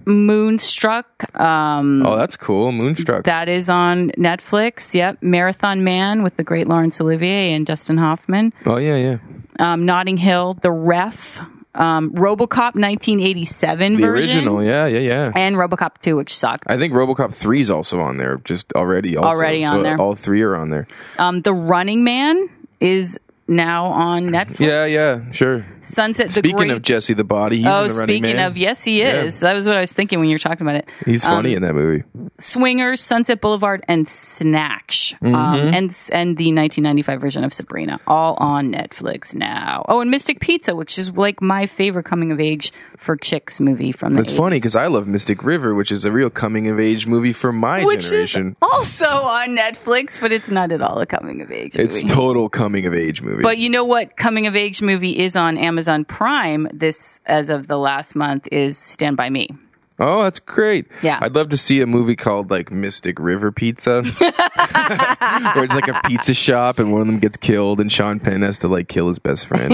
[SPEAKER 2] Moonstruck. Um,
[SPEAKER 1] Oh, that's cool. Moonstruck.
[SPEAKER 2] That is on Netflix. Yep. Marathon Man with the great Laurence Olivier and Justin Hoffman.
[SPEAKER 1] oh, yeah, yeah.
[SPEAKER 2] Um, Notting Hill, The Ref, um, Robocop 1987
[SPEAKER 1] The
[SPEAKER 2] version.
[SPEAKER 1] original. Yeah, yeah, yeah.
[SPEAKER 2] And Robocop 2, which sucked.
[SPEAKER 1] I think RoboCop 3 is also on there, just already. Also.
[SPEAKER 2] Already on
[SPEAKER 1] So
[SPEAKER 2] there.
[SPEAKER 1] All three are on there.
[SPEAKER 2] Um, the Running Man is now on Netflix.
[SPEAKER 1] Yeah, yeah, sure.
[SPEAKER 2] Sunset. The
[SPEAKER 1] Speaking
[SPEAKER 2] Great-
[SPEAKER 1] of Jesse the Body, he's
[SPEAKER 2] Oh,
[SPEAKER 1] in the Running
[SPEAKER 2] speaking
[SPEAKER 1] Man.
[SPEAKER 2] of, um, yes, he is. That was what I was thinking when you were talking about it.
[SPEAKER 1] he's funny in that movie.
[SPEAKER 2] Swingers, Sunset Boulevard, and Snatch, um,
[SPEAKER 1] Mm-hmm.
[SPEAKER 2] and and the 1995 version of Sabrina, all on Netflix now. Oh, and Mystic Pizza, which is like my favorite coming of age for chicks movie from the.
[SPEAKER 1] It's funny
[SPEAKER 2] 80s,
[SPEAKER 1] because I love Mystic River, which is a real coming of age movie for my
[SPEAKER 2] which is
[SPEAKER 1] generation.
[SPEAKER 2] also on Netflix, but it's not at all a coming of age movie.
[SPEAKER 1] It's total coming of age movie.
[SPEAKER 2] But you know what coming of age movie is on Amazon Prime this as of the last month is Stand by Me.
[SPEAKER 1] oh, that's great.
[SPEAKER 2] Yeah.
[SPEAKER 1] I'd love to see a movie called like Mystic River Pizza, [laughs] where it's like a pizza shop and one of them gets killed and Sean Penn has to like kill his best [laughs] friend.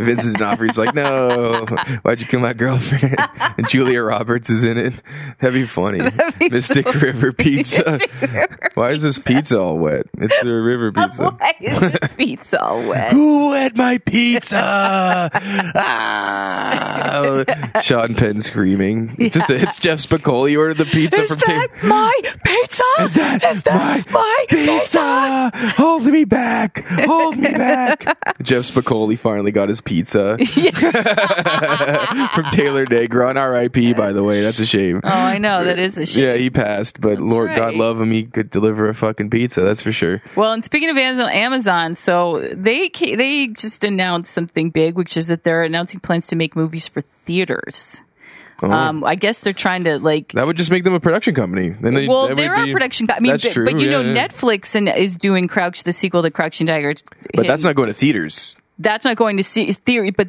[SPEAKER 1] Vincent D'Onofrio's like, no, why'd you kill my girlfriend? [laughs] and Julia Roberts is in it. [laughs] That'd be funny. Mystic [laughs] River Pizza. Why is this pizza all wet? It's a river pizza.
[SPEAKER 2] [laughs] Why is this pizza all wet?
[SPEAKER 1] Who ate my pizza? [laughs] ah! Sean Penn screaming. It's just it's Jeff Spicoli who ordered the pizza from Tim.
[SPEAKER 2] my pizza?
[SPEAKER 1] [laughs] Is that, my, pizza? Hold me back! Hold me back!
[SPEAKER 2] [laughs]
[SPEAKER 1] Jeff Spicoli finally got his pizza [laughs] from Taylor Negron. R.I.P. By the way, that's a shame.
[SPEAKER 2] Oh, I know that is a shame.
[SPEAKER 1] Yeah, he passed, but Lord God
[SPEAKER 2] right.
[SPEAKER 1] love him, he could deliver a fucking pizza. That's for sure.
[SPEAKER 2] Well, and speaking of Amaz- Amazon, so they ca- they just announced something big, which is that they're announcing plans to make movies for theaters.
[SPEAKER 1] Oh.
[SPEAKER 2] Um, I guess they're trying to like.
[SPEAKER 1] Uh-huh. That would just make them a production company. Then they,
[SPEAKER 2] well,
[SPEAKER 1] that would
[SPEAKER 2] there are
[SPEAKER 1] be-
[SPEAKER 2] production. co- I mean,
[SPEAKER 1] that's
[SPEAKER 2] but,
[SPEAKER 1] true.
[SPEAKER 2] but you
[SPEAKER 1] yeah,
[SPEAKER 2] know,
[SPEAKER 1] yeah.
[SPEAKER 2] Netflix and is doing Crouch the sequel to Crouching Tiger.
[SPEAKER 1] [laughs] But that's not going to theaters.
[SPEAKER 2] that's not going to see it's theory, but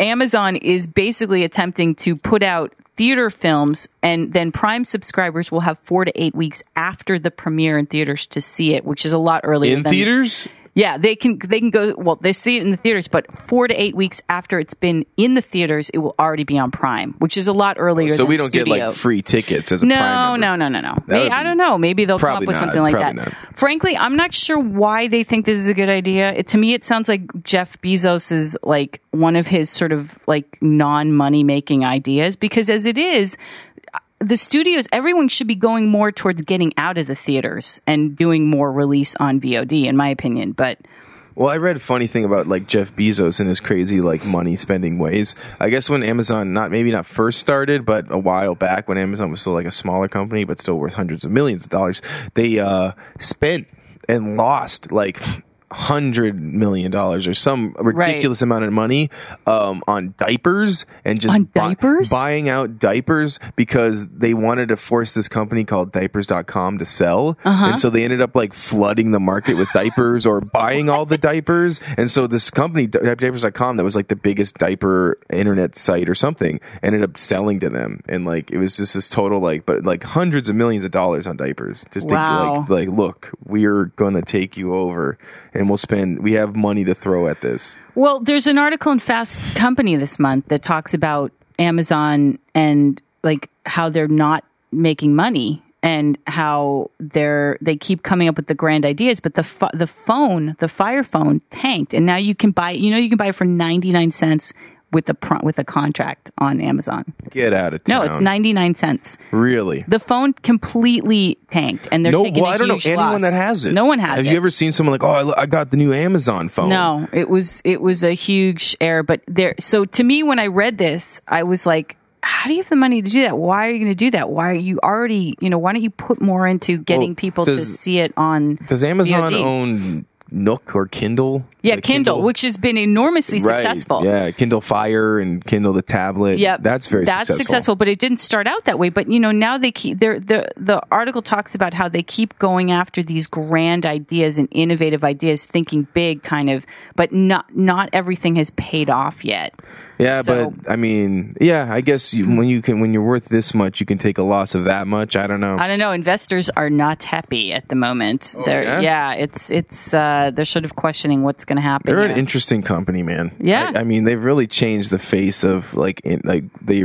[SPEAKER 2] Amazon is basically attempting to put out theater films and then prime subscribers will have 4 to 8 weeks after the premiere in theaters to see it which is a lot earlier
[SPEAKER 1] In
[SPEAKER 2] than
[SPEAKER 1] theaters?
[SPEAKER 2] Yeah, they can they can go well, they see it in the theaters, but 4 to 8 weeks after it's been in the theaters, it will already be on Prime, which is a lot earlier
[SPEAKER 1] So
[SPEAKER 2] than
[SPEAKER 1] we don't get
[SPEAKER 2] studio.
[SPEAKER 1] like free tickets as a
[SPEAKER 2] No,
[SPEAKER 1] prime member.
[SPEAKER 2] no, no, no, no.
[SPEAKER 1] That would
[SPEAKER 2] May, I
[SPEAKER 1] be-
[SPEAKER 2] don't know. Maybe they'll come up
[SPEAKER 1] Probably
[SPEAKER 2] with
[SPEAKER 1] not.
[SPEAKER 2] something like that.
[SPEAKER 1] Probably
[SPEAKER 2] Frankly, I'm not sure why they think this is a good idea. It, to me, it sounds like Jeff Bezos's like one of his sort of like non money making ideas because as it is. The studios, everyone should be going more towards getting out of the theaters and doing more release on VOD, in my opinion. But
[SPEAKER 1] Well, I read a funny thing about like Jeff Bezos and his crazy like money spending ways. I guess when Amazon not maybe not first started, but a while back when Amazon was still like a smaller company but still worth hundreds of millions of dollars, they uh spent and lost like hundred million dollars or some ridiculous amount of money um, on diapers and just
[SPEAKER 2] On
[SPEAKER 1] bu-
[SPEAKER 2] diapers?
[SPEAKER 1] buying out diapers because they wanted to force this company called diapers.com to sell
[SPEAKER 2] Uh-huh.
[SPEAKER 1] and so they ended up like flooding the market with diapers or buying all the diapers and so this company di- diapers.com that was like the biggest diaper internet site or something ended up selling to them and like it was just this total like but like hundreds of millions of dollars on diapers just
[SPEAKER 2] Wow.
[SPEAKER 1] to like like look we're gonna take you over and we'll spend we have money to throw at this
[SPEAKER 2] Well, there's an article in Fast Company this month that talks about Amazon and like how they're not making money and how they're they keep coming up with the grand ideas but the pho- the phone the fire phone tanked and now you can buy you know you can buy it for 99 cents with the pro- with a contract on Amazon.
[SPEAKER 1] get out of
[SPEAKER 2] No,
[SPEAKER 1] town
[SPEAKER 2] it's 99 cents.
[SPEAKER 1] really
[SPEAKER 2] The phone completely tanked and they're
[SPEAKER 1] No,
[SPEAKER 2] taking
[SPEAKER 1] well,
[SPEAKER 2] a
[SPEAKER 1] I don't know
[SPEAKER 2] huge
[SPEAKER 1] anyone
[SPEAKER 2] loss.
[SPEAKER 1] that has it.
[SPEAKER 2] No one has
[SPEAKER 1] Have
[SPEAKER 2] it.
[SPEAKER 1] you ever seen someone like, oh, I, lo- I got the new Amazon phone?
[SPEAKER 2] No, it was it was a huge error. But there, so to me, when I read this, I was like, "How do you have the money to do that? Why are you going to do that? Why are you already? You know, why don't you put more into getting
[SPEAKER 1] Well,
[SPEAKER 2] people to
[SPEAKER 1] does-
[SPEAKER 2] see it on?
[SPEAKER 1] Does Amazon
[SPEAKER 2] VOD.
[SPEAKER 1] own Nook or Kindle.
[SPEAKER 2] Yeah,
[SPEAKER 1] The
[SPEAKER 2] Kindle, which has been enormously
[SPEAKER 1] Right,
[SPEAKER 2] successful.
[SPEAKER 1] Yeah, Kindle Fire and Kindle the tablet.
[SPEAKER 2] Yep.
[SPEAKER 1] that's very
[SPEAKER 2] that's
[SPEAKER 1] successful.
[SPEAKER 2] successful. but it didn't start out that way. But you know, now they keep they're, the the article talks about how they keep going after these grand ideas and innovative ideas, thinking big, kind of. But not not everything has paid off yet.
[SPEAKER 1] Yeah,
[SPEAKER 2] So-
[SPEAKER 1] but I mean, yeah, I guess you, when you can when you're worth this much, you can take a loss of that much. I don't know.
[SPEAKER 2] I don't know. Investors are not happy at the moment. they're
[SPEAKER 1] Oh, yeah?
[SPEAKER 2] yeah? it's it's uh, they're sort of questioning what's going to happen.
[SPEAKER 1] They're
[SPEAKER 2] here.
[SPEAKER 1] an interesting company, man.
[SPEAKER 2] Yeah.
[SPEAKER 1] I, I mean, they've really changed the face of like in, like they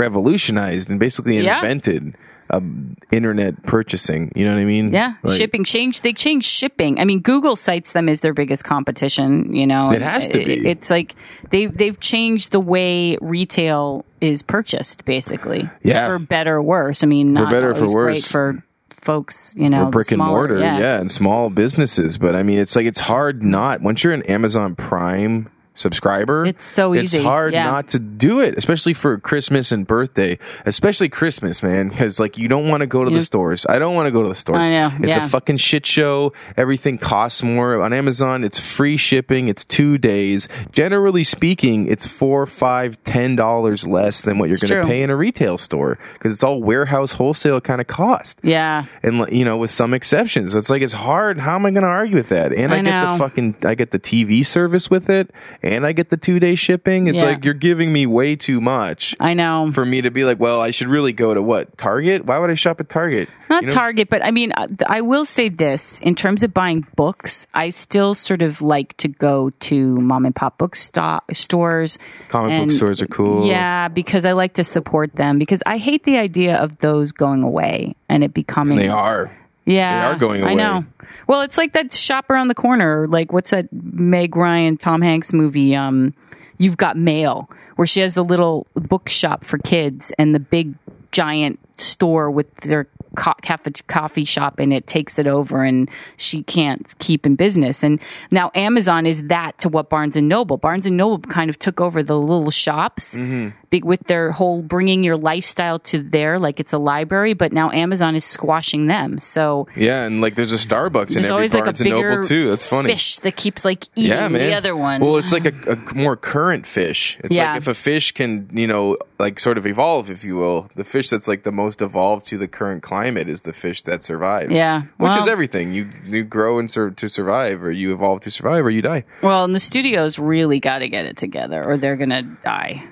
[SPEAKER 1] revolutionized and basically
[SPEAKER 2] Yeah.
[SPEAKER 1] invented um, internet purchasing. You know what I mean?
[SPEAKER 2] yeah,
[SPEAKER 1] Like,
[SPEAKER 2] shipping change. They changed shipping. I mean, Google cites them as their biggest competition. You know,
[SPEAKER 1] It has to be.
[SPEAKER 2] It's like they they've changed the way retail is purchased, basically.
[SPEAKER 1] Yeah.
[SPEAKER 2] for better or worse. I mean, not
[SPEAKER 1] better or for
[SPEAKER 2] always great
[SPEAKER 1] worse.
[SPEAKER 2] for folks. You know,
[SPEAKER 1] Or brick and
[SPEAKER 2] smaller-
[SPEAKER 1] mortar, yeah. and small businesses. But I mean, it's like it's hard not once you're an Amazon Prime subscriber.
[SPEAKER 2] It's so easy,
[SPEAKER 1] It's hard
[SPEAKER 2] yeah.
[SPEAKER 1] not to do it, especially for Christmas and birthday, especially Christmas, man, because like you don't want to go to the stores. I don't want to go to the stores.
[SPEAKER 2] I know,
[SPEAKER 1] It's
[SPEAKER 2] yeah.
[SPEAKER 1] a fucking shit show. Everything costs more on Amazon. It's free shipping. It's two days. Generally speaking, it's four, five, ten dollars less than what you're going to
[SPEAKER 2] true.
[SPEAKER 1] pay in a retail store because it's all warehouse wholesale kind of cost
[SPEAKER 2] Yeah,
[SPEAKER 1] and like, you know with some exceptions it's like it's hard how am i going to argue with that and i,
[SPEAKER 2] I
[SPEAKER 1] get the
[SPEAKER 2] know.
[SPEAKER 1] fucking i get the tv service with it and i get the two day shipping it's
[SPEAKER 2] Yeah.
[SPEAKER 1] like you're giving me way too much
[SPEAKER 2] I know.
[SPEAKER 1] for me to be like well i should really go to what target why would i shop at target
[SPEAKER 2] not
[SPEAKER 1] You know?
[SPEAKER 2] Target, but I mean, uh, th- I will say this in terms of buying books, I still sort of like to go to mom and pop book sto- stores.
[SPEAKER 1] comic book
[SPEAKER 2] and-
[SPEAKER 1] stores are cool
[SPEAKER 2] Yeah, because I like to support them because I hate the idea of those going away and it becoming.
[SPEAKER 1] they are
[SPEAKER 2] Yeah,
[SPEAKER 1] they are going away.
[SPEAKER 2] I know. Well, it's like that shop around the corner. Like, what's that Meg Ryan, Tom Hanks movie? Um, You've Got Mail, where she has a little bookshop for kids and the big giant store with their co- cafe- coffee shop and it takes it over and she can't keep in business and now amazon is that to what barnes and noble barnes and noble kind of took over the little shops
[SPEAKER 1] Mm-hmm.
[SPEAKER 2] big with their whole bringing your lifestyle to there like it's a library but now amazon is squashing them so
[SPEAKER 1] yeah and like there's a starbucks in
[SPEAKER 2] there's
[SPEAKER 1] every
[SPEAKER 2] always like a
[SPEAKER 1] barnes and
[SPEAKER 2] bigger
[SPEAKER 1] noble too that's funny
[SPEAKER 2] fish that keeps like eating
[SPEAKER 1] yeah, man.
[SPEAKER 2] the other one.
[SPEAKER 1] Well, it's like a, a more current fish. It's
[SPEAKER 2] Yeah.
[SPEAKER 1] like if a fish can, you know, like sort of evolve, if you will. The fish that's like the most evolved to the current climate is the fish that survives.
[SPEAKER 2] Yeah.
[SPEAKER 1] which is
[SPEAKER 2] Well-
[SPEAKER 1] everything. You you grow and sur- to survive, or you evolve to survive, or you die.
[SPEAKER 2] well, and the studios really got to get it together, or they're gonna die.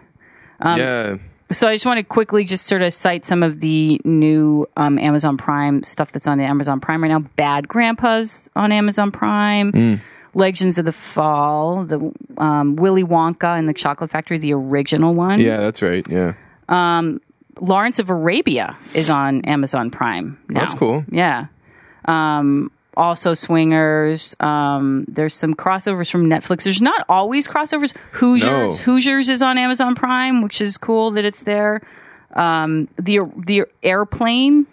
[SPEAKER 2] Um,
[SPEAKER 1] yeah,
[SPEAKER 2] So I just want to quickly just sort of cite some of the new um, Amazon Prime stuff that's on Amazon Prime right now. Bad Grandpas on Amazon Prime. Legends of the Fall, the um, Willy Wonka and the Chocolate Factory, the original one.
[SPEAKER 1] yeah, that's right. Yeah,
[SPEAKER 2] Lawrence of Arabia is on Amazon Prime. Now.
[SPEAKER 1] That's cool.
[SPEAKER 2] Yeah. Um, also, Swingers. Um, there's some crossovers from Netflix. There's not always crossovers. Hoosiers.
[SPEAKER 1] No.
[SPEAKER 2] Hoosiers is on Amazon Prime, which is cool that it's there. Um, the the airplane,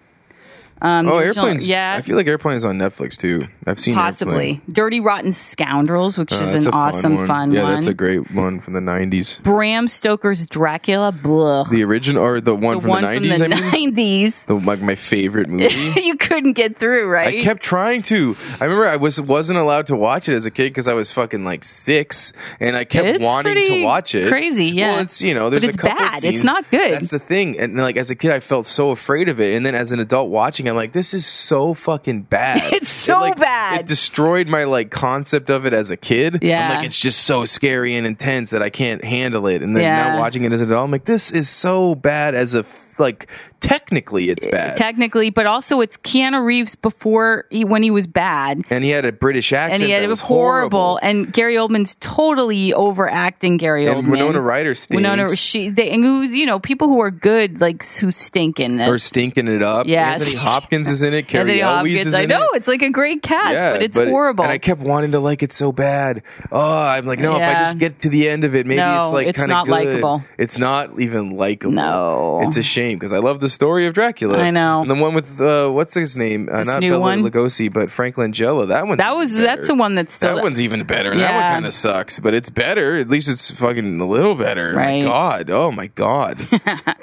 [SPEAKER 1] oh,
[SPEAKER 2] original-
[SPEAKER 1] airplanes.
[SPEAKER 2] um, yeah.
[SPEAKER 1] I feel like airplanes on Netflix too. I've seen
[SPEAKER 2] possibly.
[SPEAKER 1] Airplane.
[SPEAKER 2] Dirty Rotten Scoundrels, which
[SPEAKER 1] Uh,
[SPEAKER 2] is
[SPEAKER 1] that's
[SPEAKER 2] an
[SPEAKER 1] a fun
[SPEAKER 2] awesome
[SPEAKER 1] one.
[SPEAKER 2] fun,
[SPEAKER 1] yeah,
[SPEAKER 2] one.
[SPEAKER 1] that's a great one from the '90s.
[SPEAKER 2] Bram Stoker's Dracula. Blah.
[SPEAKER 1] The original or the one
[SPEAKER 2] The
[SPEAKER 1] from
[SPEAKER 2] one
[SPEAKER 1] the '90s.
[SPEAKER 2] from the
[SPEAKER 1] I mean,
[SPEAKER 2] 90s.
[SPEAKER 1] the, like my favorite movie.
[SPEAKER 2] [laughs] you couldn't get through, right?
[SPEAKER 1] I kept trying to. I remember I was wasn't allowed to watch it as a kid because I was fucking like six, and I kept
[SPEAKER 2] It's
[SPEAKER 1] wanting to
[SPEAKER 2] pretty
[SPEAKER 1] watch it.
[SPEAKER 2] crazy, yeah.
[SPEAKER 1] Well, it's you know, there's
[SPEAKER 2] it's
[SPEAKER 1] a couple
[SPEAKER 2] bad. It's
[SPEAKER 1] scenes-
[SPEAKER 2] not good.
[SPEAKER 1] That's the thing. And like as a kid, I felt so afraid of it, and then as an adult watching, I'm like, this is so fucking bad.
[SPEAKER 2] [laughs] It's
[SPEAKER 1] It,
[SPEAKER 2] so
[SPEAKER 1] like,
[SPEAKER 2] bad.
[SPEAKER 1] It destroyed my like concept of it as a kid.
[SPEAKER 2] Yeah.
[SPEAKER 1] I'm like, it's just so scary and intense that I can't handle it. And then now
[SPEAKER 2] Yeah.
[SPEAKER 1] watching it as an adult, I'm like, this is so bad as a like technically
[SPEAKER 2] Eh,
[SPEAKER 1] it's bad.
[SPEAKER 2] technically, but also it's Keanu Reeves before he, when he was bad.
[SPEAKER 1] and he had a British accent.
[SPEAKER 2] And he had
[SPEAKER 1] that
[SPEAKER 2] it was
[SPEAKER 1] was horrible.
[SPEAKER 2] horrible. And Gary Oldman's totally overacting Gary
[SPEAKER 1] And
[SPEAKER 2] Oldman.
[SPEAKER 1] Winona Ryder stinks.
[SPEAKER 2] Winona, she, they, and who's, you know, people who are good, like, who stink in this.
[SPEAKER 1] or stinking it up.
[SPEAKER 2] Yeah.
[SPEAKER 1] Anthony Hopkins is in it. Carrie
[SPEAKER 2] [laughs] Anthony
[SPEAKER 1] Elwes
[SPEAKER 2] Hopkins.
[SPEAKER 1] is in
[SPEAKER 2] I know,
[SPEAKER 1] it.
[SPEAKER 2] it's like a great cast, but it's
[SPEAKER 1] it-
[SPEAKER 2] horrible.
[SPEAKER 1] and I kept wanting to like it so bad. Oh, I'm like, no, if I
[SPEAKER 2] Yeah.
[SPEAKER 1] just get to the end of it, maybe
[SPEAKER 2] No,
[SPEAKER 1] it's like
[SPEAKER 2] it's
[SPEAKER 1] kind of
[SPEAKER 2] not
[SPEAKER 1] good.
[SPEAKER 2] likable.
[SPEAKER 1] It's not even likable.
[SPEAKER 2] No.
[SPEAKER 1] it's a shame because I love the story of Dracula.
[SPEAKER 2] I know.
[SPEAKER 1] and the one with uh, what's his name? Uh,
[SPEAKER 2] This
[SPEAKER 1] not
[SPEAKER 2] new
[SPEAKER 1] Bela
[SPEAKER 2] one?
[SPEAKER 1] Lugosi, but Frank Langella. That one.
[SPEAKER 2] that was, that's the one that's still,
[SPEAKER 1] That one's even better. That one
[SPEAKER 2] Yeah.
[SPEAKER 1] kind of sucks, but it's better. At least it's fucking a little better. My
[SPEAKER 2] [laughs] Right.
[SPEAKER 1] God. Oh my God.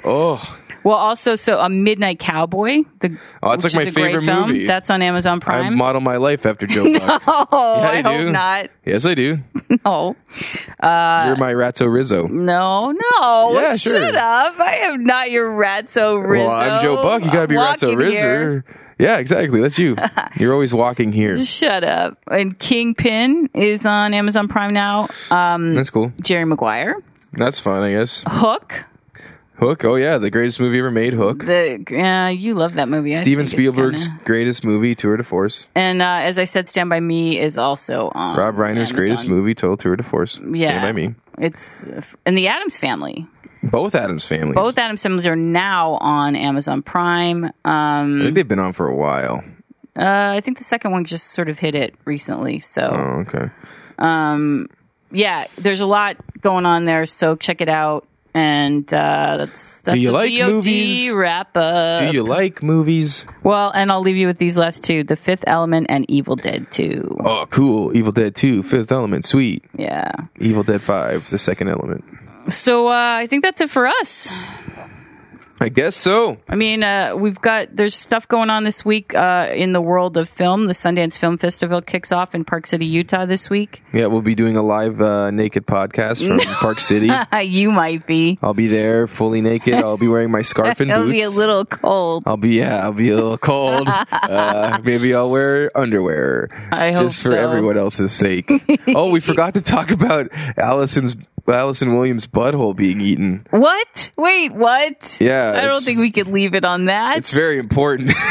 [SPEAKER 1] oh.
[SPEAKER 2] Well, also, so a Midnight Cowboy. The,
[SPEAKER 1] Oh, that's
[SPEAKER 2] which
[SPEAKER 1] like my
[SPEAKER 2] is a great
[SPEAKER 1] favorite
[SPEAKER 2] film.
[SPEAKER 1] movie.
[SPEAKER 2] That's on Amazon
[SPEAKER 1] I [laughs]
[SPEAKER 2] Prime.
[SPEAKER 1] model my life after
[SPEAKER 2] [laughs]
[SPEAKER 1] Joe Buck.
[SPEAKER 2] oh,
[SPEAKER 1] Yeah,
[SPEAKER 2] I
[SPEAKER 1] you
[SPEAKER 2] hope
[SPEAKER 1] do.
[SPEAKER 2] not. [laughs]
[SPEAKER 1] Yes, I do.
[SPEAKER 2] No, Uh,
[SPEAKER 1] You're my Ratso Rizzo.
[SPEAKER 2] no, no.
[SPEAKER 1] Yeah, sure.
[SPEAKER 2] Shut up! I am not your Ratso Rizzo.
[SPEAKER 1] Well, I'm Joe Buck. You gotta be
[SPEAKER 2] I'm
[SPEAKER 1] Ratso
[SPEAKER 2] walking
[SPEAKER 1] Rizzo.
[SPEAKER 2] here.
[SPEAKER 1] Yeah, exactly. That's
[SPEAKER 2] [laughs]
[SPEAKER 1] you. You're always walking here.
[SPEAKER 2] Shut up. And Kingpin is on Amazon Prime now. Um,
[SPEAKER 1] Mm. That's cool.
[SPEAKER 2] Jerry Maguire.
[SPEAKER 1] That's fun, I guess.
[SPEAKER 2] Hook.
[SPEAKER 1] Hook. Oh yeah, the greatest movie ever made. Hook.
[SPEAKER 2] The uh, you love that movie. I
[SPEAKER 1] Steven
[SPEAKER 2] think it's
[SPEAKER 1] Spielberg's
[SPEAKER 2] kinda-
[SPEAKER 1] greatest movie, Tour de Force.
[SPEAKER 2] And uh, as I said, Stand by Me is also Oh, on
[SPEAKER 1] Rob Reiner's
[SPEAKER 2] Amazon.
[SPEAKER 1] greatest movie, Total Tour de Force.
[SPEAKER 2] Yeah.
[SPEAKER 1] Stand by me.
[SPEAKER 2] It's and the Adams Family.
[SPEAKER 1] Both Adams families.
[SPEAKER 2] Both Adams families are now on Amazon Prime. Um,
[SPEAKER 1] I think they've been on for a while.
[SPEAKER 2] uh, I think the second one just sort of hit it recently. So
[SPEAKER 1] Oh, okay.
[SPEAKER 2] yeah, there's a lot going on there. So check it out. And uh, that's that's
[SPEAKER 1] you
[SPEAKER 2] a
[SPEAKER 1] like
[SPEAKER 2] VOD
[SPEAKER 1] movies?
[SPEAKER 2] wrap up.
[SPEAKER 1] Do you like movies?
[SPEAKER 2] Well, and I'll leave you with these last two: The Fifth Element and Evil Dead Two.
[SPEAKER 1] Oh, cool. Evil Dead 2, Fifth Element, sweet.
[SPEAKER 2] Yeah.
[SPEAKER 1] Evil Dead 5, The Second Element.
[SPEAKER 2] So uh, I think that's it for us.
[SPEAKER 1] I guess so.
[SPEAKER 2] I mean, uh, we've got there's stuff going on this week uh, in the world of film. The Sundance Film Festival kicks off in Park City, Utah this week. [laughs]
[SPEAKER 1] Yeah, we'll be doing a live uh, naked podcast from Park City.
[SPEAKER 2] you might be.
[SPEAKER 1] I'll be there fully naked. I'll be wearing my scarf and
[SPEAKER 2] [laughs] It'll
[SPEAKER 1] Oh, boots. Oh.
[SPEAKER 2] be a little cold.
[SPEAKER 1] I'll be yeah. I'll be a little cold. uh, maybe I'll wear underwear.
[SPEAKER 2] I hope
[SPEAKER 1] just for
[SPEAKER 2] so.
[SPEAKER 1] everyone else's sake. oh, we forgot to talk about Allison's Allison Williams' butthole being eaten.
[SPEAKER 2] What? Wait, what?
[SPEAKER 1] Yeah,
[SPEAKER 2] I don't
[SPEAKER 1] it's-
[SPEAKER 2] think we could leave it on that.
[SPEAKER 1] It's very important. [laughs]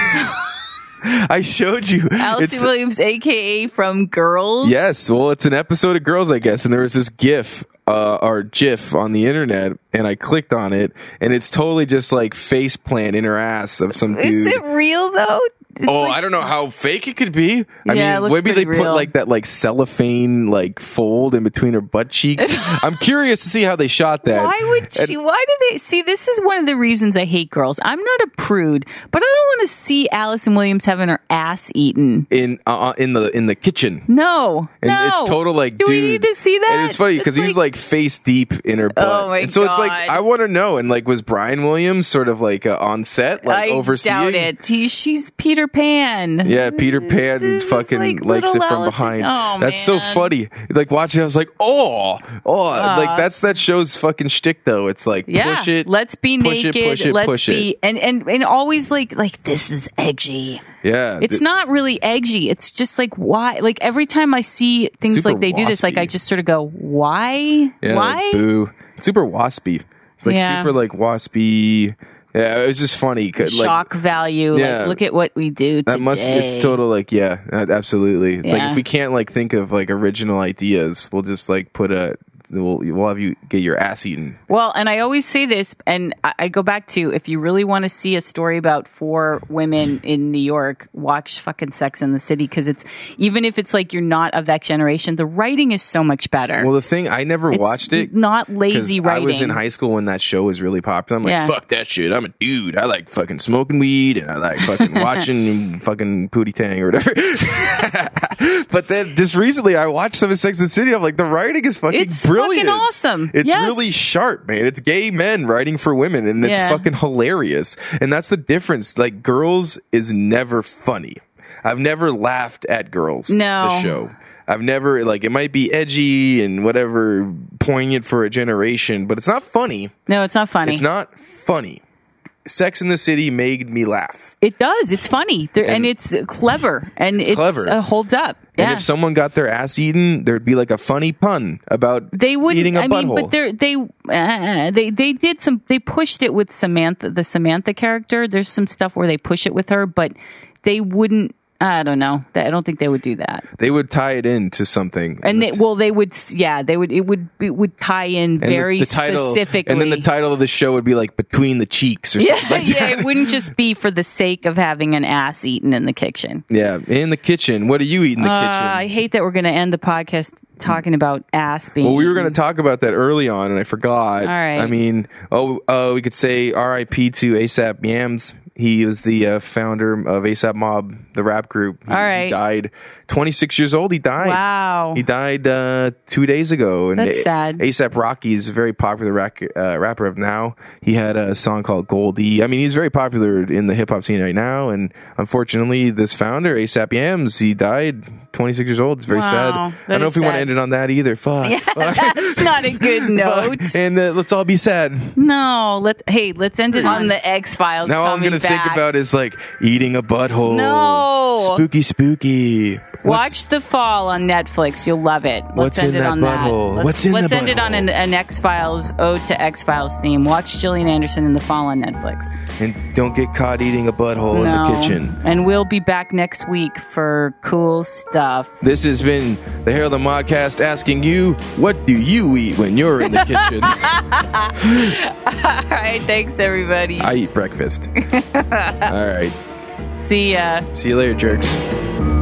[SPEAKER 1] I showed you. It's
[SPEAKER 2] Allison
[SPEAKER 1] the-
[SPEAKER 2] Williams, aka from Girls.
[SPEAKER 1] Yes, well, it's an episode of Girls, I guess, and there was this GIF uh, or GIF on the internet, and I clicked on it, and it's totally just like face plant in her ass of some dude.
[SPEAKER 2] Is it real though? It's
[SPEAKER 1] oh,
[SPEAKER 2] like-
[SPEAKER 1] I don't know how fake it could be. I
[SPEAKER 2] Yeah, it
[SPEAKER 1] mean,
[SPEAKER 2] looks
[SPEAKER 1] maybe they
[SPEAKER 2] pretty
[SPEAKER 1] put
[SPEAKER 2] real.
[SPEAKER 1] like that like cellophane like fold in between her butt
[SPEAKER 2] [laughs]
[SPEAKER 1] cheeks. I'm curious to see how they shot that.
[SPEAKER 2] Why would
[SPEAKER 1] And-
[SPEAKER 2] she? Why do they see? This is one of the reasons I hate girls. I'm not a prude, but I don't want to see Allison Williams having her ass eaten.
[SPEAKER 1] in uh, uh, in the in the kitchen?
[SPEAKER 2] No,
[SPEAKER 1] And
[SPEAKER 2] no.
[SPEAKER 1] it's total like,
[SPEAKER 2] Do
[SPEAKER 1] dude.
[SPEAKER 2] we need to see that? Oh
[SPEAKER 1] And it's funny because he's like face deep in her butt.
[SPEAKER 2] my
[SPEAKER 1] and so it's like
[SPEAKER 2] God.
[SPEAKER 1] I want to know. And like, was Brian Williams sort of like uh, on set, like
[SPEAKER 2] I
[SPEAKER 1] overseeing?
[SPEAKER 2] doubt it. He, she's Peter Pan.
[SPEAKER 1] Yeah, Peter Pan
[SPEAKER 2] This is
[SPEAKER 1] fucking
[SPEAKER 2] like
[SPEAKER 1] likes it
[SPEAKER 2] little
[SPEAKER 1] from
[SPEAKER 2] Alice
[SPEAKER 1] behind.
[SPEAKER 2] in- Oh,
[SPEAKER 1] that's so
[SPEAKER 2] man.
[SPEAKER 1] funny. Like watching, I was like, oh, oh, like that's that show's fucking shtick though. It's like
[SPEAKER 2] Yeah.
[SPEAKER 1] push it,
[SPEAKER 2] Let's be
[SPEAKER 1] push it,
[SPEAKER 2] naked.
[SPEAKER 1] push it,
[SPEAKER 2] Let's
[SPEAKER 1] push it.
[SPEAKER 2] be and and and always like like this is edgy.
[SPEAKER 1] yeah.
[SPEAKER 2] It's
[SPEAKER 1] th-
[SPEAKER 2] not really edgy. It's just like why? Like every time I see things
[SPEAKER 1] Super
[SPEAKER 2] like they do this, like
[SPEAKER 1] waspy.
[SPEAKER 2] I just sort of go, why?
[SPEAKER 1] yeah,
[SPEAKER 2] why?
[SPEAKER 1] Like, boo. Super waspy. It's like
[SPEAKER 2] Yeah.
[SPEAKER 1] super like waspy. Yeah, it was just funny. 'cause, like,
[SPEAKER 2] shock value.
[SPEAKER 1] Yeah.
[SPEAKER 2] Like, look at what we do. Today.
[SPEAKER 1] That must it's total like yeah, uh, absolutely. It's like
[SPEAKER 2] Yeah.
[SPEAKER 1] if we can't like think of like original ideas, we'll just like put a we'll we'll have you get your ass eaten.
[SPEAKER 2] Well, and I always say this, and I, I go back to if you really want to see a story about four women in New York, watch fucking Sex in the City because it's even if it's like you're not of that generation, the writing is so much better.
[SPEAKER 1] Well, the thing I never
[SPEAKER 2] It's
[SPEAKER 1] watched it.
[SPEAKER 2] Not
[SPEAKER 1] 'cause
[SPEAKER 2] lazy
[SPEAKER 1] I
[SPEAKER 2] writing.
[SPEAKER 1] was in high school when that show was really popular. I'm like,
[SPEAKER 2] Yeah.
[SPEAKER 1] fuck that shit. I'm a dude. I like fucking smoking weed and I like
[SPEAKER 2] [laughs]
[SPEAKER 1] fucking watching fucking Pootie Tang or whatever. [laughs] but then just recently I watched some of Sex and the City. I'm like, the writing is fucking
[SPEAKER 2] It's fucking
[SPEAKER 1] brilliant.
[SPEAKER 2] awesome.
[SPEAKER 1] It's
[SPEAKER 2] Yes.
[SPEAKER 1] really sharp, man. It's gay men writing for women and it's
[SPEAKER 2] Yeah.
[SPEAKER 1] fucking hilarious. And that's the difference. Like, girls is never funny. I've never laughed at girls.
[SPEAKER 2] No.
[SPEAKER 1] The show. I've never like it might be edgy and whatever poignant for a generation, but it's not funny.
[SPEAKER 2] no, it's not funny.
[SPEAKER 1] It's not funny. Sex in the City made me laugh.
[SPEAKER 2] It does. It's funny, there, and,
[SPEAKER 1] And-
[SPEAKER 2] it's clever, and it's,
[SPEAKER 1] clever.
[SPEAKER 2] Uh, holds up. Yeah.
[SPEAKER 1] And if someone got their ass eaten, there'd be like a funny pun about
[SPEAKER 2] they would
[SPEAKER 1] eating a
[SPEAKER 2] I mean,
[SPEAKER 1] butthole.
[SPEAKER 2] but they're, they uh, they they did some. They pushed it with Samantha, the Samantha character. There's some stuff where they push it with her, but they wouldn't. I don't know. I don't think they would do that.
[SPEAKER 1] they would tie it into something.
[SPEAKER 2] And they, well, they would. s- Yeah, they would. It would. It would tie in
[SPEAKER 1] And the-
[SPEAKER 2] very
[SPEAKER 1] the title,
[SPEAKER 2] specifically.
[SPEAKER 1] And then the title of the show would be like Between the Cheeks or [laughs]
[SPEAKER 2] [laughs] yeah,
[SPEAKER 1] something like
[SPEAKER 2] [laughs] yeah.
[SPEAKER 1] that.
[SPEAKER 2] It wouldn't just be for the sake of having an ass eaten in the kitchen.
[SPEAKER 1] Yeah. In the kitchen. What do you eat in the
[SPEAKER 2] Uh,
[SPEAKER 1] kitchen?
[SPEAKER 2] I hate that we're going to end the podcast talking about ass being.
[SPEAKER 1] Well, we were going to talk about that early on, and I forgot. All
[SPEAKER 2] right.
[SPEAKER 1] I mean, oh, uh, we could say R.I.P. to ASAP Yams. He was the uh, founder of ASAP Mob, the rap group. He,
[SPEAKER 2] All right.
[SPEAKER 1] He died 26 years old. He died.
[SPEAKER 2] Wow. [laughs]
[SPEAKER 1] He died uh, two days ago. And
[SPEAKER 2] That's sad.
[SPEAKER 1] ASAP Rocky is a very popular rac- uh, rapper of now. He had a song called Goldie. I mean, he's very popular in the hip hop scene right now. And unfortunately, this founder, ASAP Yams, he died 26 years old. It's very
[SPEAKER 2] Wow.
[SPEAKER 1] sad. I
[SPEAKER 2] That
[SPEAKER 1] don't know if
[SPEAKER 2] is
[SPEAKER 1] we want to
[SPEAKER 2] sad.
[SPEAKER 1] end it on that either. Fuck.
[SPEAKER 2] [laughs]
[SPEAKER 1] fuck,
[SPEAKER 2] That's not
[SPEAKER 1] [laughs]
[SPEAKER 2] a good
[SPEAKER 1] fuck.
[SPEAKER 2] note.
[SPEAKER 1] And uh, let's all be sad.
[SPEAKER 2] No, let hey, let's end it on the X Files.
[SPEAKER 1] Now all I'm
[SPEAKER 2] going
[SPEAKER 1] gonna
[SPEAKER 2] to
[SPEAKER 1] think about is like eating a butthole.
[SPEAKER 2] No.
[SPEAKER 1] Spooky, spooky. What's-
[SPEAKER 2] Watch The Fall on Netflix. You'll love it. Let's
[SPEAKER 1] What's
[SPEAKER 2] end
[SPEAKER 1] in
[SPEAKER 2] it
[SPEAKER 1] that
[SPEAKER 2] on
[SPEAKER 1] butthole?
[SPEAKER 2] that. Let's,
[SPEAKER 1] What's in
[SPEAKER 2] let's
[SPEAKER 1] the
[SPEAKER 2] end it on an,
[SPEAKER 1] butthole?
[SPEAKER 2] an X Files ode to X Files theme. Watch Gillian Anderson in The Fall on Netflix.
[SPEAKER 1] And don't get caught eating a butthole Oh, in the kitchen.
[SPEAKER 2] And we'll be back next week for cool stuff. [laughs]
[SPEAKER 1] This has been the Harold and Modcast asking you, what do you eat when you're in the kitchen?
[SPEAKER 2] All right, thanks everybody.
[SPEAKER 1] I eat breakfast. All right.
[SPEAKER 2] See ya.
[SPEAKER 1] See you later, jerks.